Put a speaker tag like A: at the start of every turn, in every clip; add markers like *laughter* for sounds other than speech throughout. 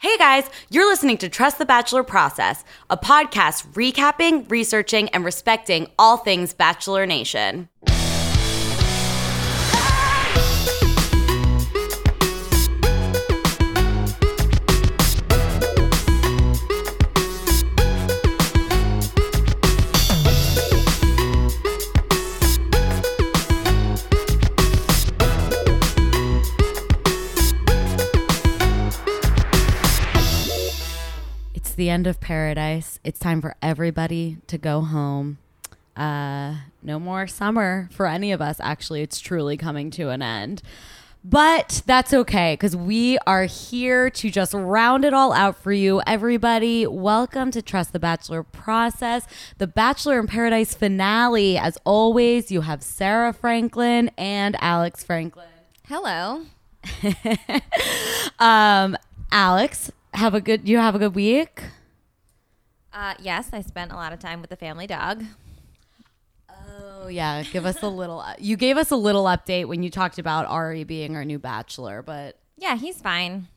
A: Hey guys, you're listening to Trust the Bachelor Process, a podcast recapping, researching, and respecting all things Bachelor Nation. It's the end of paradise. It's time for everybody to go home. Uh, no more summer for any of us, actually. It's truly coming to an end. But that's okay because we are here to just round it all out for you. Everybody, welcome to Trust the Bachelor Process, the Bachelor in Paradise finale. As always, you have Sarah Franklin and Alex Franklin.
B: Hello.
A: Alex, have a good you have a good week.
B: Uh, yes, I spent a lot of time with the family dog.
A: Oh yeah, give us a little. You gave us a little update when you talked about Ari being our new bachelor, but
B: Yeah, he's fine.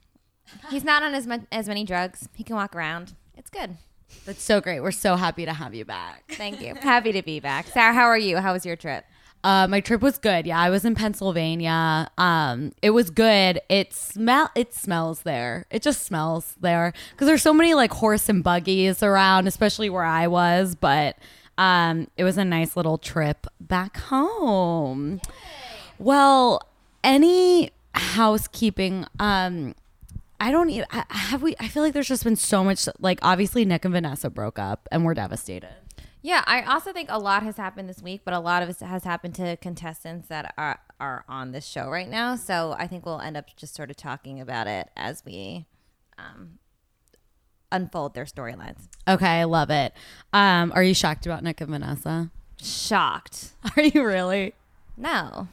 B: He's not on as much as many drugs. He can walk around. It's good.
A: that's so great. We're so happy to have you back.
B: Thank you. *laughs* Happy to be back. Sarah, how are you? How was your trip?
A: Uh, my trip was good. Yeah, I was in Pennsylvania. Um, it was good. It smell. It smells there. It just smells there because there's so many like horse and buggies around, especially where I was. But um, it was a nice little trip back home. Well, any housekeeping? Um, I don't even I- have we. I feel like there's just been so much. Like obviously, Nick and Vanessa broke up, and we're devastated.
B: Yeah, I also think a lot has happened this week, but a lot of it has happened to contestants that are are on this show right now. So I think we'll end up just sort of talking about it as we um, unfold their storylines.
A: Okay, I love it. Um, are you shocked about Nick and Vanessa?
B: Shocked?
A: *laughs* Are you really?
B: No.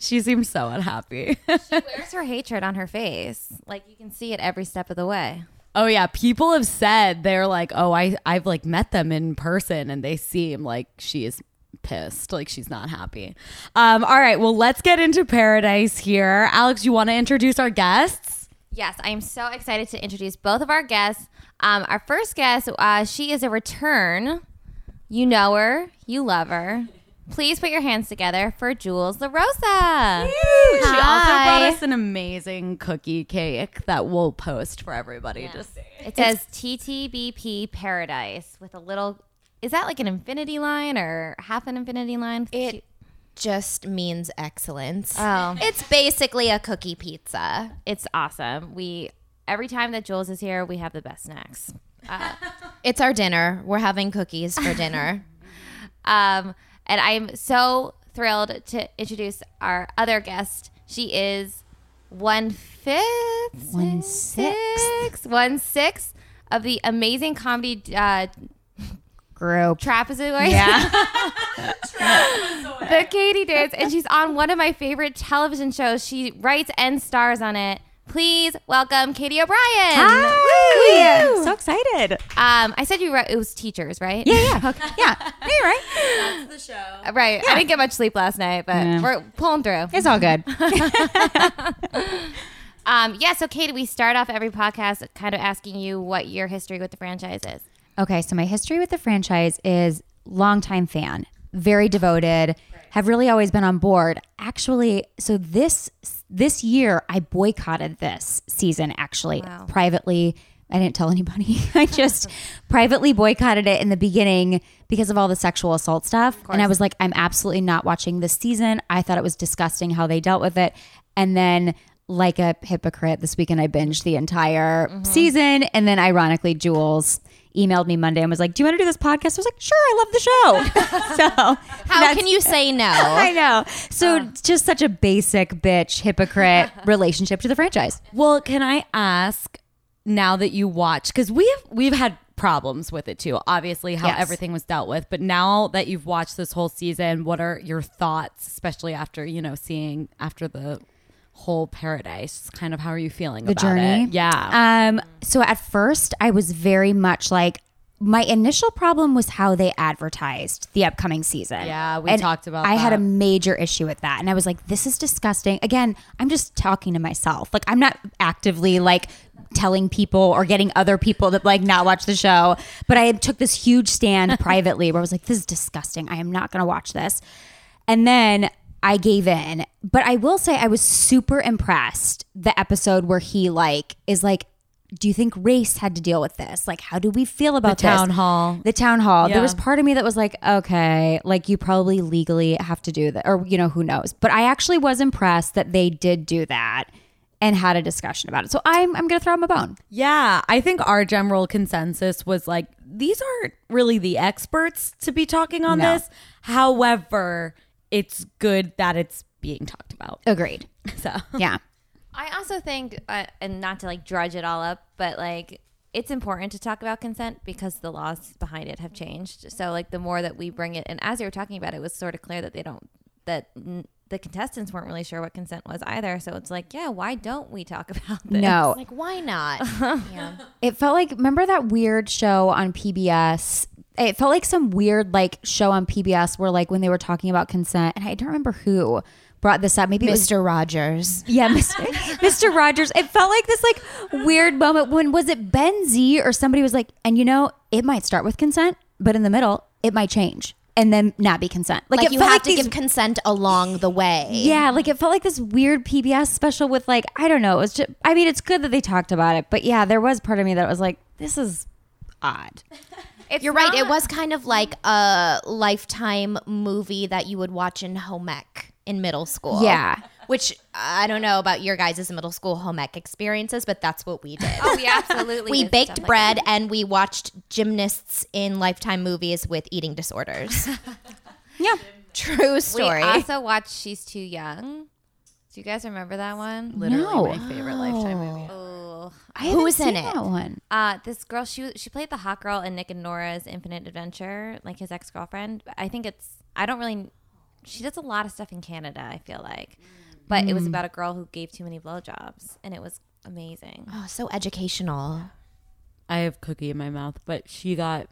A: She seems so unhappy. *laughs*
B: Where's her hatred on her face? Like you can see it every step of the way.
A: oh yeah, people have said they're like, "Oh, I I've like met them in person and they seem like she is pissed, like she's not happy." Um all right, well, let's get into paradise here. Alex, you want to introduce our guests?
B: Yes, I am so excited to introduce both of our guests. Um, our first guest, uh, she is a return. You know her, you love her. Please put your hands together for Jules LaRosa.
A: She also
B: Hi.
A: brought us an amazing cookie cake that we'll post for everybody to see.
B: It says TTBP Paradise with a little. Is that like an infinity line or half an infinity line?
C: It just means excellence.
B: Oh.
C: It's basically a cookie pizza.
B: It's awesome. We every time that Jules is here, we have the best snacks. Uh,
C: *laughs* It's our dinner. We're having cookies for dinner.
B: *laughs* Um, and I'm so thrilled to introduce our other guest. She is one fifth, one sixth, one sixth of the amazing comedy uh,
C: Group.
B: trapezoid. *laughs* Yeah. the Katie Dance. And she's on one of my favorite television shows. She writes and stars on it. Please welcome Katie O'Brien.
D: Hi! So excited.
B: Um, I said you wrote, it was teachers,
A: *laughs*
B: right? Uh,
D: Yeah, yeah. Yeah. Hey, right?
B: Right. I didn't get much sleep last night, but we're pulling through.
D: It's all good.
B: Um, yeah, so Katie, we start off every podcast kind of asking you what your history with the franchise is.
D: Okay, so my history with the franchise is longtime fan, very devoted, have really always been on board. Actually, so this this year I boycotted this season actually privately. I didn't tell anybody. *laughs* I just privately boycotted it in the beginning because of all the sexual assault stuff. And I was like, I'm absolutely not watching this season. I thought it was disgusting how they dealt with it. And then like a hypocrite this weekend i binged the entire season and then ironically jules emailed me monday and was like do you want to do this podcast i was like sure i love the show *laughs* so
C: How can you say
D: *laughs*
C: no?
D: i know so it's just such a basic bitch
A: *laughs*
D: hypocrite relationship to the franchise
A: Well, can I ask now that you watch because we've we've had problems with it too. Obviously, how
D: Yes.
A: everything was dealt with, but now that you've watched this whole season, what are your thoughts, especially after you know seeing after the whole paradise? Kind of how are you feeling
D: the
A: about
D: journey
A: it? Yeah.
D: um so at first i was very much like
A: my initial problem was how they advertised the upcoming season.
E: Yeah, we
A: And
E: talked about
A: I had a
E: that.
A: major issue with that, and I was like, "This is disgusting." Again, I'm just talking to myself. Like, I'm not actively like telling people or getting other people to like not watch the show. But I took this huge
E: *laughs*
A: stand privately where I was like, "This is disgusting. I am not going to watch this." And then I gave in. But I will say I was super impressed the episode where he like is like, do you think race had to deal with this? Like, how do we feel about this?
E: town hall.
A: The town hall.
E: Yeah.
A: There was part of me that was like, okay, like you probably legally have to do that, or you know, who knows. But I actually was impressed that they did do that and had a discussion about it. So I'm I'm gonna throw him a bone.
E: Yeah, I think our general consensus was like these aren't really the experts to be talking on
A: No.
E: this. However, it's good that it's being talked about.
A: Agreed.
E: *laughs* So
A: Yeah.
F: I also think, uh, and not to like drudge it all up, but like it's important to talk about consent because the laws behind it have changed. So like the more that we bring it, and as you were talking about, it was sort of clear that they don't that. N- the contestants weren't really sure what consent was either, so it's like, yeah, why don't we talk *laughs* about this?
A: No.
G: Like,
E: *laughs*
G: why not? yeah.
A: It felt like remember that weird show on PBS. It felt like some weird like show on PBS where like when they were talking about consent, and I don't remember who brought this up. Maybe it was
G: Mr. Rogers.
A: yeah, *laughs* Mr. Mr. Rogers. It felt like this like weird moment when was it Benzie or somebody was like, and you know, it might start with consent, but in the middle, it might change and then not be consent. Like,
G: Like,
A: it
G: you
A: felt
G: have
A: like
G: to
A: these
G: give consent along the way.
A: yeah, like it felt like this weird PBS special with like I don't know. It was just I mean, it's good that they talked about it, but yeah, there was part of me that was like, this is odd.
F: It's
G: You're right.
F: not-
G: It was kind of like a lifetime movie that you would watch in home ec in middle school.
A: Yeah.
G: Which I don't know about your guys' middle school home ec experiences, but that's what we did.
F: Oh, we absolutely.
G: we
F: did
G: baked
F: stuff like
G: bread and we watched gymnasts in lifetime movies with eating disorders.
A: Yeah.
G: True
F: We
G: story.
F: also watched She's Too Young. Do you guys remember that one?
E: literally
A: No.
E: my favorite lifetime movie.
F: Oh.
A: I
G: Who
A: haven't
G: was in
A: seen
G: it?
A: That one.
F: Uh, this girl, she was- she played the hot girl in Nick and Nora's Infinite Adventure, like his ex girlfriend. I think it's I don't really. She does a lot of stuff in Canada. I feel like, but it was about a girl who gave too many blowjobs, and it was amazing.
G: oh, so educational. *laughs*
E: I have cookie in my mouth, but she got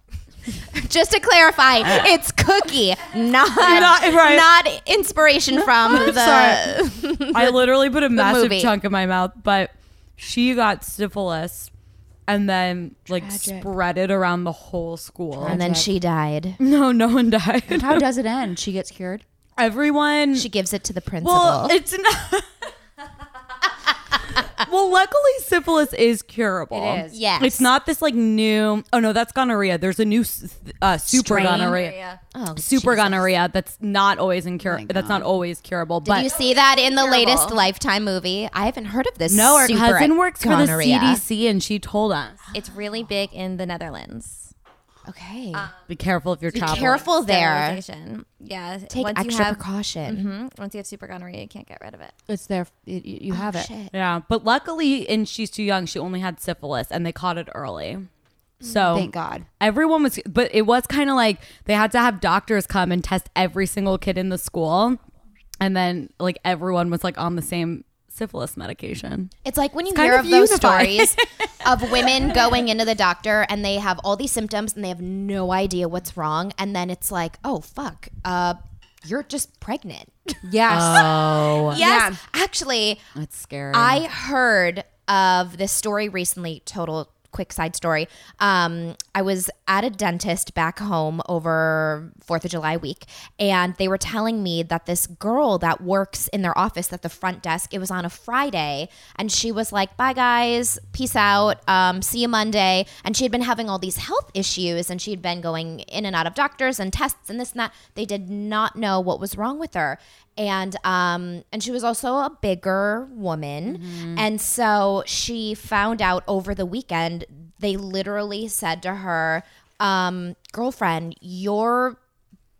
G: Just to clarify, it's cookie, not
E: Not-
G: not,
E: right.
G: inspiration from the.
E: *laughs* I literally put a massive
G: movie.
E: chunk in my mouth, but she got syphilis and then like spread it around the whole school.
G: And then she died.
E: No, no one
A: *laughs*
E: died.
A: How does it end? She gets cured.
E: Everyone
G: She gives it to the principal.
E: Well, it's not. well, luckily, syphilis is curable.
A: It is.
G: Yes.
E: It's not this like new. Oh no, that's gonorrhea. There's a new s- uh, super
A: Strain?
E: gonorrhea.
G: oh,
E: Super
G: Jesus.
E: gonorrhea that's not always incur- that's not always curable.
G: Did
E: but
G: you see that in the latest
F: Terrible.
G: Lifetime movie? I haven't heard of this.
E: no, our
G: super
E: cousin works
G: gonorrhea.
E: for the CDC and she told us
F: It's really big in the Netherlands.
G: Okay,
E: be careful if you're traveling.
G: careful Oh, there.
F: Sterilization. Yeah.
G: Take
F: once
G: extra
F: you have,
G: precaution.
E: Mm-hmm.
F: Mhm, once you have super gonorrhea, you can't get rid of it.
A: It's there. You, you have it.
G: Shit.
E: Yeah, but luckily, and she's too young. She only had syphilis, and they caught it early. So
A: Thank God.
E: everyone was but it was kind of like they had to have doctors come and test every single kid in the school and then like everyone was like on the same syphilis medication
G: It's like when you
E: kind
G: hear
E: of
G: of, those
E: unified. *laughs*
G: stories of women going into the doctor and they have all these symptoms and they have no idea what's wrong, and then it's like, oh fuck, uh, you're just pregnant.
A: Yes.
E: oh
G: Yes, actually,
E: that's scary
G: I heard of this story recently. Total quick side story. Um, I was at a dentist back home over Fourth of July week, and they were telling me that this girl that works in their office at the front desk. It was on a Friday, and she was like, "Bye guys, peace out, um, see you Monday." And she had been having all these health issues, and she had been going in and out of doctors and tests and this and that. They did not know what was wrong with her and um and she was also a bigger woman and so she found out over the weekend they literally said to her um girlfriend you're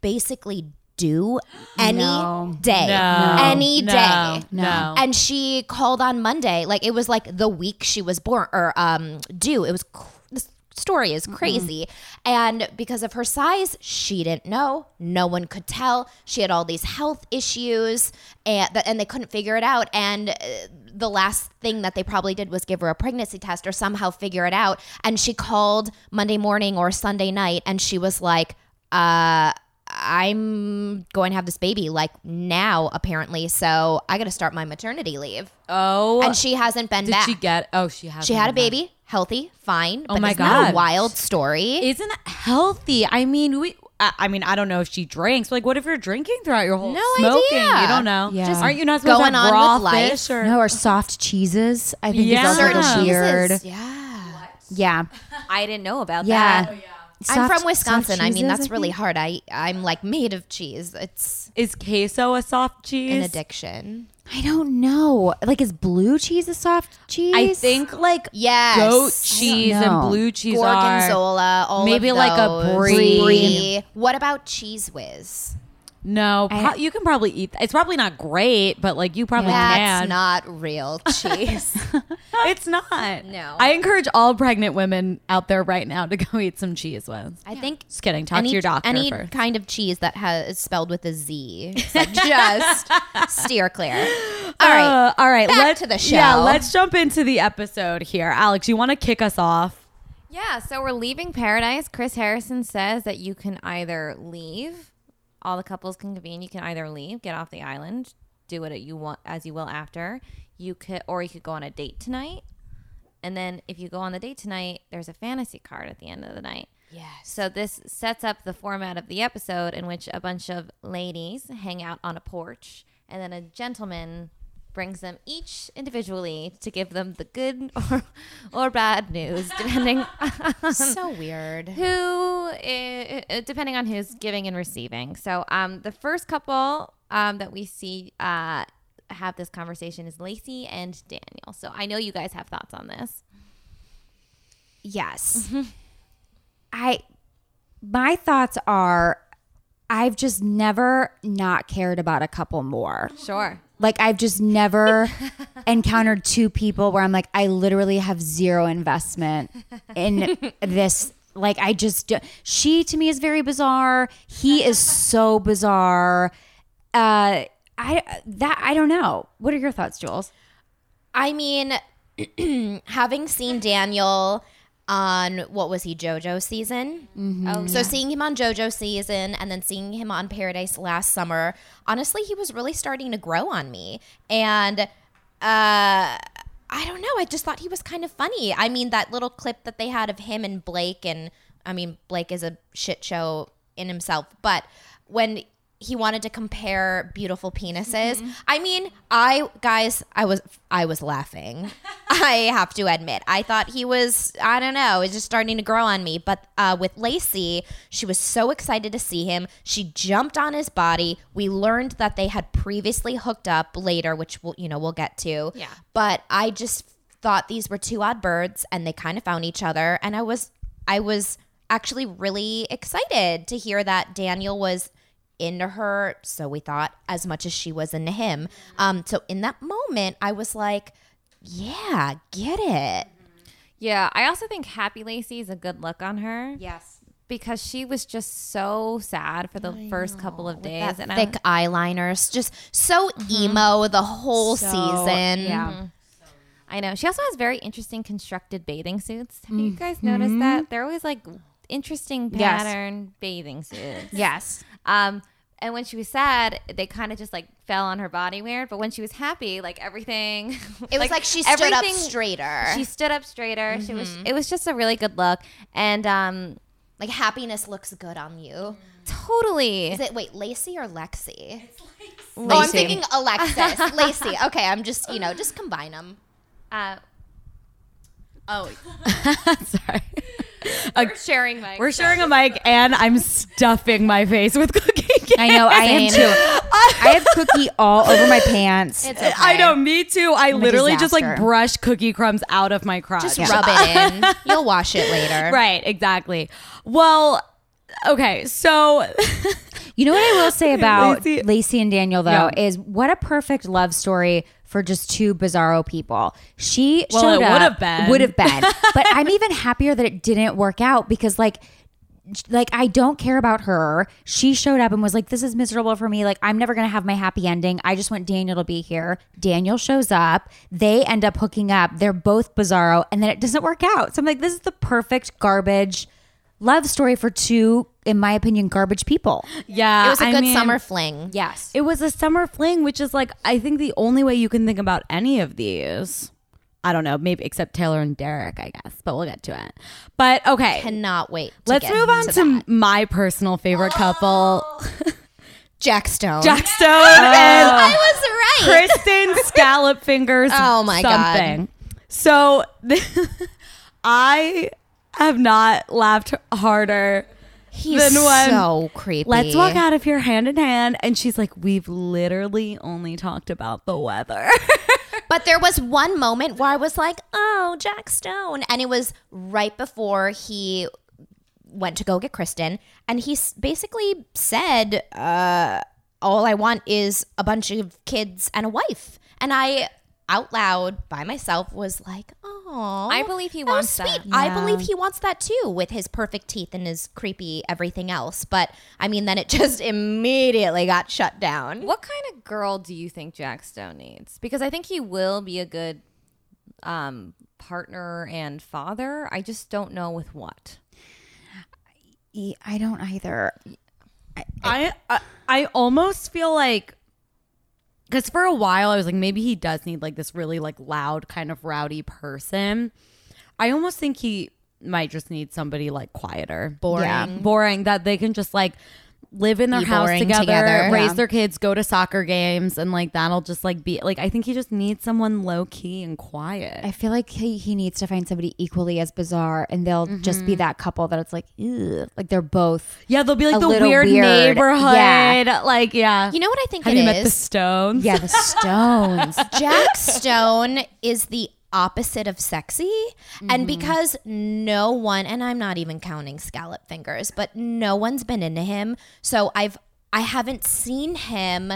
G: basically
E: *gasps*
G: due any
A: No.
G: day
E: No.
G: any
E: No.
G: day
E: No.
G: and she called on monday like it was like the week she was born or um due it was cr- this story is crazy. And because of her size, she didn't know. No one could tell. She had all these health issues and, and they couldn't figure it out. And uh, the last thing that they probably did was give her a pregnancy test or somehow figure it out. And she called Monday morning or Sunday night and she was like, uh, I'm going to have this baby like now, apparently. So I got to start my maternity leave.
E: Oh,
G: And she hasn't been
E: did
G: back.
E: she get? Oh, she has.
G: She had a
E: one
G: baby, healthy, fine. but
E: Oh my
G: isn't that
E: God.
G: a wild story.
E: isn't that healthy. I mean, we. I I mean, I don't know if she drinks. Like, what if you're drinking throughout your whole
G: No
E: smoking?
G: idea.
E: You don't know.
A: Yeah. Just
E: aren't you not supposed
G: going
E: to
G: on
E: have
G: with
E: raw
G: life.
E: fish or?
A: No, or soft cheeses. I think
E: Yeah.
A: is also
E: Certain
A: a little weird.
G: Jesus, Yeah.
A: Yeah,
B: I didn't know about
A: yeah.
B: that.
G: oh, I'm
A: Soft-
G: from
A: soft
G: Wisconsin. I mean,
A: cheeses,
G: that's
A: I
G: really
A: think.
G: hard. I I'm like made of cheese. It's
E: Is queso a soft cheese?
G: an addiction.
A: I don't know. Like, is blue cheese a soft cheese?
E: I think like
G: Yes.
E: goat cheese and
A: know.
E: blue cheese are.
G: Gorgonzola, all
E: maybe
G: of
E: like a
G: those.
E: brie.
G: Brie. What about cheese whiz?
E: No,
A: I-
E: pro- you can probably eat. It's probably not great, but like you probably
G: That's
E: can.
G: not real *laughs* cheese.
E: *laughs* it's not.
G: No.
E: I encourage all pregnant women out there right now to *laughs* go eat some cheese with.
G: I think
E: Just kidding. Talk
G: any,
E: to your doctor
G: any
E: first.
G: kind of cheese that has is spelled with a Z.
E: *laughs*
G: So just steer clear. All right.
E: Uh, all right.
G: Back
E: let-
G: to the show.
E: Yeah, let's jump into the episode here. Alex, you want to kick us off?
B: Yeah, so we're leaving paradise. Chris Harrison says that you can either leave, all the couples can convene. You can either leave, get off the island, do what you want as you will after. You could, or you could go on a date tonight. And then if you go on the date tonight, there's a fantasy card at the end of the night.
G: Yes.
B: So this sets up the format of the episode in which a bunch of ladies hang out on a porch, and then a gentleman brings them each individually to give them the good *laughs* or, or bad news, depending
G: *laughs* so weird.
B: who i- i- depending on who's giving and receiving so um the first couple um that we see uh have this conversation is Lacey and Daniel. So I know you guys have thoughts on this.
A: Yes.
G: Mm-hmm.
A: I my thoughts are I've just never not cared about a couple more.
B: Sure.
A: Like I've just
G: *laughs*
A: never encountered two people where I'm like I literally have zero investment in this like I just do- she to me is very bizarre. He is so bizarre. Uh I that I don't know. What are your thoughts, Jules?
G: I mean, *clears throat* having seen Daniel on what was he JoJo season?
E: Mm-hmm.
B: Oh,
G: So seeing him on JoJo season and then seeing him on Paradise last summer, honestly, he was really starting to grow on me. And uh I don't know, I just thought he was kind of funny. I mean, that little clip that they had of him and Blake and I mean, Blake is a shit show in himself, but when he wanted to compare beautiful penises. I mean, I guys, I was I was laughing. I have to admit. I thought he was I don't know, it's just starting to grow on me, but uh, with Lacey, she was so excited to see him. She jumped on his body. We learned that they had previously hooked up later, which we'll, you know, we'll get to.
B: Yeah.
G: But I just thought these were two odd birds and they kind of found each other and I was I was actually really excited to hear that Daniel was into her, so we thought, as much as she was into him.
B: Mm-hmm.
G: Um, so in that moment, I was like, yeah, get it.
B: Yeah, I also think Happy Lacey is a good look on her.
A: Yes.
B: because she was just so sad for the first couple of days,
G: That
B: and Mm-hmm.
G: thick eyeliners, just so emo the whole season. Mm-hmm.
A: Yeah.
B: I, I know she also has very interesting constructed bathing suits. Have you guys
G: Mm-hmm.
B: noticed that they're always like interesting
A: Yes.
B: pattern bathing suits?
A: Yes.
B: Um, and when she was sad, they kind of just like fell on her body weird. But when she was happy, like everything,
G: *laughs* It was like she stood up
B: everything-
G: straighter. Mm-hmm.
B: She stood up straighter. She was. It was just a really good look, and um,
G: like happiness looks good on
E: Mm.
G: you.
B: totally.
G: Is it wait, Lacey or Lexi?
B: Lacey.
G: Oh, I'm thinking
E: *laughs*
G: Alexis, Lacey. Okay, I'm just you know just combine them.
B: Uh,
G: Oh,
E: Sorry.
B: we're sharing my.
E: We're sharing a mic, and I'm stuffing my face with *laughs* cooking.
A: I know I am too. I have cookie all over my pants.
G: it's okay.
E: I know, me too. I literally just like
A: disaster.
E: brush cookie crumbs out of my crotch.
G: Just rub
E: *laughs*
G: it in. You'll wash it later.
E: Right, exactly. Well, okay, so
A: You know what I will
E: *laughs*
A: say about Lacey,
E: Lacey-
A: and Daniel though
E: Yeah.
A: is what a perfect love story for just two bizarro people. She
E: Well,
A: showed
E: it
A: up.
E: would've been.
A: Would have
E: *laughs*
A: been. but I'm even happier that it didn't work out because like like I don't care about her. She showed up and was like, "This is miserable for me. Like I'm never gonna have my happy ending. I just want Daniel to be here." Daniel shows up. They end up hooking up. They're both bizarro, and then it doesn't work out. So I'm like, "This is the perfect garbage love story for two, in my opinion, garbage people."
E: Yeah,
G: It was a
E: I
G: good
E: mean,
G: summer fling.
A: Yes,
E: It was a summer fling, which is like I think the only way you can think about any of these. I don't know, maybe except Taylor and Derek, I guess, but we'll get to it. But okay,
G: Cannot wait. to
E: let's
G: get
E: move on to,
G: that. Oh.
E: my personal favorite couple,
G: Jack Stone.
E: Jack Stone
G: *laughs*
E: and
G: I was right.
E: Kristen Scallop Fingers.
G: Oh my God.
E: something. So *laughs* I have not laughed harder.
G: He's
E: Then when-
G: so creepy.
E: Let's walk out of here hand in hand. And she's like, We've literally only talked about the weather. *laughs*
G: But there was one moment where I was like, "Oh, Jack Stone," and it was right before he went to go get Kristen, and he s- basically said, uh, "All I want is a bunch of kids and a wife." And I, out loud by myself, was like, "Oh,
F: I believe he
G: that was
F: wants
G: sweet.
F: that.
G: I believe he wants that too, with his perfect teeth and his creepy everything else." But I mean, then it *laughs* just immediately got shut down.
F: What kind of girl do you think Jack Stone needs? Because I think he will be a good um, partner and father. I just don't know with what.
A: E- I don't either.
E: I, I I almost feel like because for a while I was like maybe he does need like this really like loud kind of rowdy person. I almost think he might just need somebody like quieter, boring, boring that they can just like live in their house
G: boring
E: together,
G: together.
E: raise
G: Yeah.
E: their kids, go to soccer games, and like that'll just like be like I think he just needs someone low key and quiet.
A: I feel like he, he needs to find somebody equally as bizarre, and they'll just
F: Mm-hmm.
A: be that couple that it's like, Ew. like they're both.
E: yeah, they'll be like
A: A
E: the
A: little
E: weird,
A: weird.
E: neighborhood, like yeah.
G: You know what I think
E: have
G: it
E: you met the
G: is?
E: Stones?
F: *laughs*
A: Yeah, the Stones.
G: Jack Stone is the opposite of sexy. And
E: Mm-hmm.
G: because no one, and I'm not even counting scallop fingers, but no one's been into him. So I've, I haven't seen him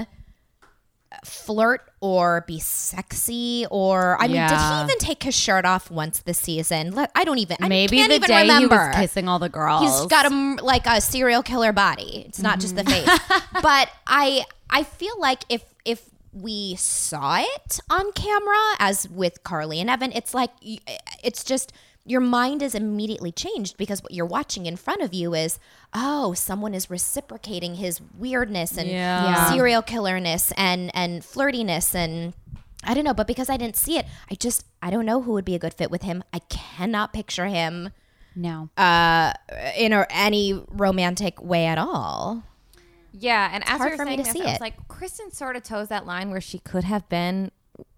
G: flirt or be sexy or I
E: Yeah.
G: mean did he even take his shirt off once this season Let- I don't even I
E: Maybe
G: can't
E: the
G: even
E: day
G: remember
E: he was kissing all the girls.
G: He's got a m- like a serial killer body. It's not just the face. but I I feel like if if we saw it on camera as with Carly and Evan, it's like y- it's just your mind is immediately changed because what you're watching in front of you is oh someone is reciprocating his weirdness and
E: Yeah. Yeah.
G: serial killerness and and flirtiness and I don't know, but because I didn't see it, I just I don't know who would be a good fit with him. I cannot picture him
A: No.
F: Uh,
G: in or any romantic way at all.
F: Yeah, and as
G: hard
F: you're
G: for me
F: saying
G: to
F: this,
G: see
F: I was
G: it.
F: like, Kristen sort of toes that line where she could have been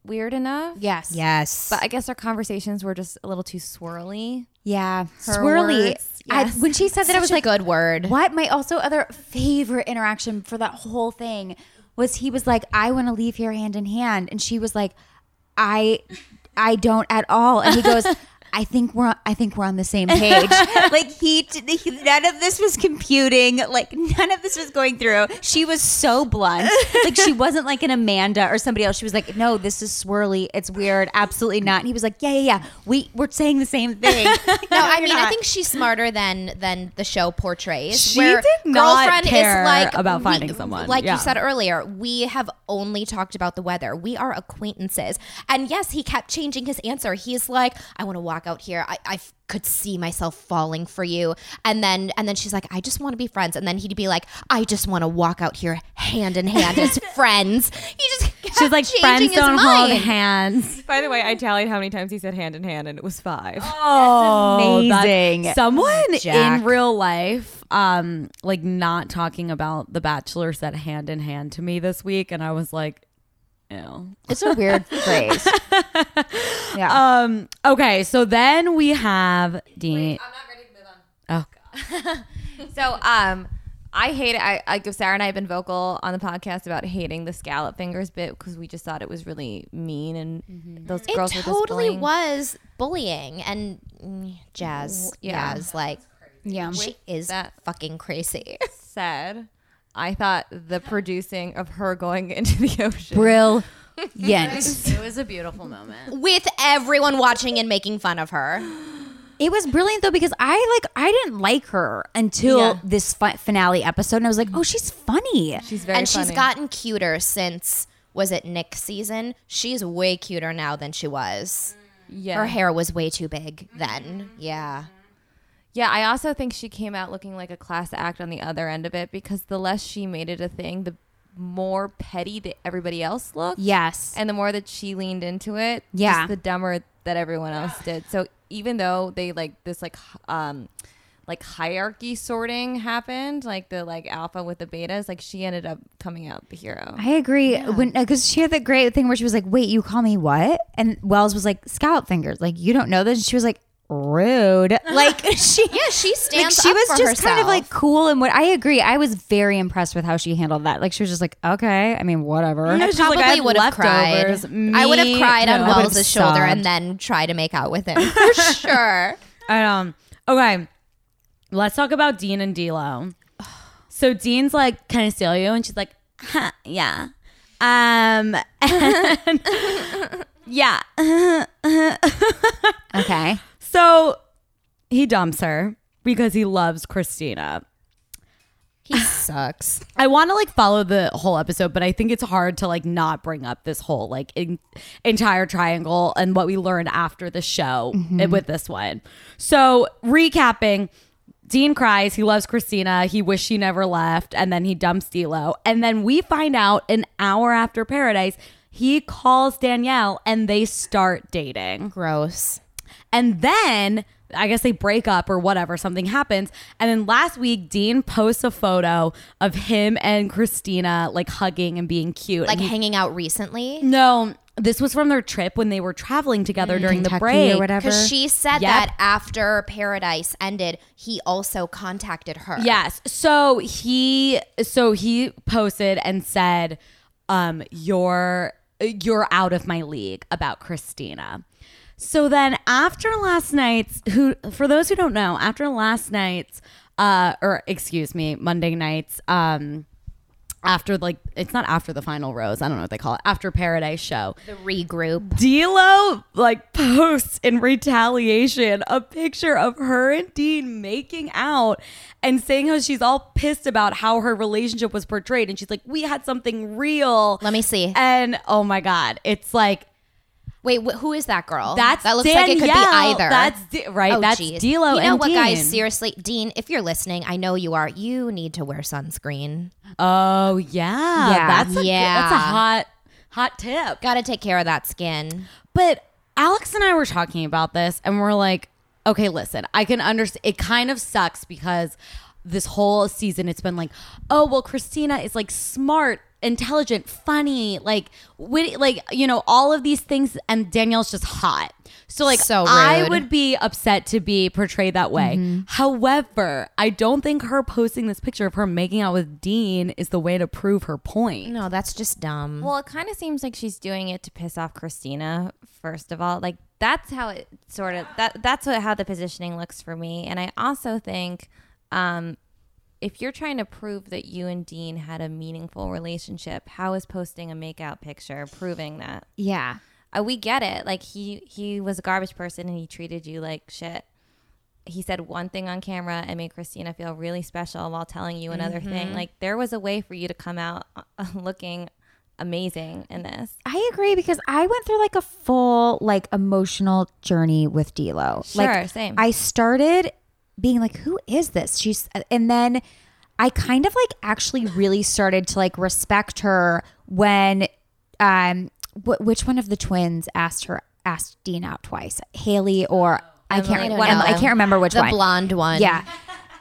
F: weird enough.
A: yes.
G: Yes.
F: But I guess our conversations were just a little too swirly.
A: Yeah. Swirly.
F: words,
A: I-
F: yes.
A: when she said that, I was like,
G: good word.
A: What my also other favorite interaction for that whole thing was he was like, I want to leave here hand in hand, and she was like, I, I don't at all, and he goes. I think we're I think we're on the same page. like he, t- he, none of this was computing. Like none of this was going through. She was so blunt. Like she wasn't like an Amanda or somebody else. She was like, no, this is swirly. It's weird. Absolutely not. And he was like, yeah, yeah, yeah. We we're saying the same thing.
G: No, I mean I think she's smarter than than the show portrays.
E: She did not care about
G: we-
E: finding someone.
G: Like
E: Yeah.
G: you said earlier, we have only talked about the weather. We are acquaintances, and yes, he kept changing his answer. He's like, "I want to walk out here. I, I f- could see myself falling for you," and then and then she's like, "I just want to be friends," and then he'd be like, "I just want to walk out here hand in
E: *laughs*
G: hand as friends." He just kept
E: She's like
G: changing
E: friends
G: his
E: don't hold
G: mind." *laughs*
E: hands.
F: By the way, I tallied how many times he said hand in hand, and it was five.
E: Oh, that's-
A: amazing.
E: someone
G: Oh, Jack.
E: in real life, um, like not talking about The Bachelor said hand in hand to me this week, and I was like, ew.
A: It's a weird phrase. Yeah.
E: Um, okay, so then we have Dean.
F: I'm not ready to move on.
E: Oh, God.
F: So, um, I hate it. I, I Sarah and I have been vocal on the podcast about hating the scallop fingers bit because we just thought it was really mean and those
G: It
F: girls were just
G: totally
F: bullying.
G: was bullying and mm, jazz.
F: yeah.
G: Yeah, jazz like
A: yeah.
G: she is
F: that-
G: fucking crazy. *laughs*
F: said.
B: I thought the producing of her going *laughs* into the ocean.
A: Brilliant. it
E: It was a beautiful moment.
G: with everyone watching and making fun of her.
A: was brilliant though because I like I didn't like her until
G: Yeah.
A: this fi- finale episode, and I was like, oh, she's funny.
B: She's very
G: and she's
B: funny.
G: gotten cuter since was it Nick season? She's way cuter now than she was.
B: yeah.
G: Her hair was way too big then. Yeah.
B: Yeah, I also think she came out looking like a class act on the other end of it because the less she made it a thing, the more petty that everybody else looked.
A: yes.
B: And the more that she leaned into it,
A: Yeah.
B: just the dumber that everyone else did. So even though they like this like h- um like hierarchy sorting happened, like the like alpha with the betas, like she ended up coming out the hero.
A: I agree. When because she had that great thing where she was like, "Wait, you call me what?" And Wells was like, "Scout fingers." Like you don't know this. And she was like,
G: *laughs*
A: "Rude." Like she.
G: Yeah, she
A: Like
G: stands
A: she
G: up
A: was
G: for
A: just kind of
G: herself.
A: like cool and what I agree. I was very impressed with how she handled that. Like she was just like, okay, I mean, whatever.
G: *laughs*
E: Yeah, she's like, I
G: probably
E: had
G: would have cried.
E: leftovers.
G: I would
E: Me-
G: have cried
E: no.
G: on
E: I would've
G: Wells' shoulder
A: sobbed.
G: and then try to make out with *laughs* him for sure.
E: And, um, okay, let's talk about Dean and D'Lo. So Dean's like, "Can I steal you?" And she's like, huh, "Yeah." Um, *laughs* and- yeah.
A: Okay.
E: So he dumps her because he loves Christina.
G: He sucks.
E: I want to like follow the whole episode, but I think it's hard to like not bring up this whole like in- entire triangle and what we learned after the show with this one. So, recapping, Dean cries, he loves Christina, he wished she never left, and then he dumps D'Lo. And then we find out an hour after Paradise, he calls Danielle and they start dating.
G: Gross.
E: And then I guess they break up or whatever, something happens. And then last week, Dean posts a photo of him and Christina like hugging and being cute.
G: Like
E: And he-
G: hanging out recently.
E: no, this was from their trip when they were traveling together during the break.
A: Mm, or whatever.
G: Because she
E: Yep.
G: said that after Paradise ended, he also contacted her.
E: Yes. So he so he posted and said, um, you're you're out of my league about Christina. So then after last night's who for those who don't know, after last night's uh or excuse me, Monday night's um after like it's not after the final rose, I don't know what they call it, after Paradise show.
G: The regroup.
E: D'Lo like posts in retaliation a picture of her and Dean making out and saying how she's all pissed about how her relationship was portrayed, and she's like, "We had something real."
G: Let me see.
E: And oh my god, it's like
G: Wait, wh- who is that girl?
E: that's
G: that looks like it could be
E: Danielle.
G: either.
E: That's D- right.
G: Oh,
E: that's
G: geez.
E: D'Lo.
G: You know
E: and
G: what,
E: Dean.
G: guys? Seriously, Dean, if you're listening, I know you are. You need to wear sunscreen.
E: Oh yeah,
A: Yeah.
E: That's a,
G: Yeah.
E: That's a hot hot tip.
G: Got to take care of that skin.
E: But Alex and I were talking about this, and we're like, okay, listen, I can understand. It kind of sucks because this whole season it's been like, oh well, Christina is like smart, intelligent, funny, like witty, like you know all of these things, and Danielle's just hot. So like,
G: So
E: I
G: rude. Mm-hmm.
E: would be upset to be portrayed that way. However, I don't think her posting this picture of her making out with Dean is the way to prove her point.
G: No, that's just dumb.
B: Well, it kind of seems like she's doing it to piss off Christina. First of all, like that's how it sort of that that's what, how the positioning looks for me. And I also think, um, if you're trying to prove that you and Dean had a meaningful relationship, how is posting a makeout picture proving that?
A: Yeah.
B: Uh, we get it. Like he he was a garbage person and he treated you like shit. He said one thing on camera and made Christina feel really special while telling you another
G: Mm-hmm.
B: thing. Like there was a way for you to come out uh, *laughs* looking amazing in this.
A: I agree because I went through like a full like emotional journey with D'Lo.
B: Sure,
A: like,
B: same.
A: I started being like, "Who is this?" She's, and then I kind of like actually really started to like respect her when, um, wh- which one of the twins asked her asked Dean out twice, Haley or I can't
G: don't
A: one of-
G: know.
A: I can't remember which
G: the
A: one.
G: blonde one.
A: Yeah.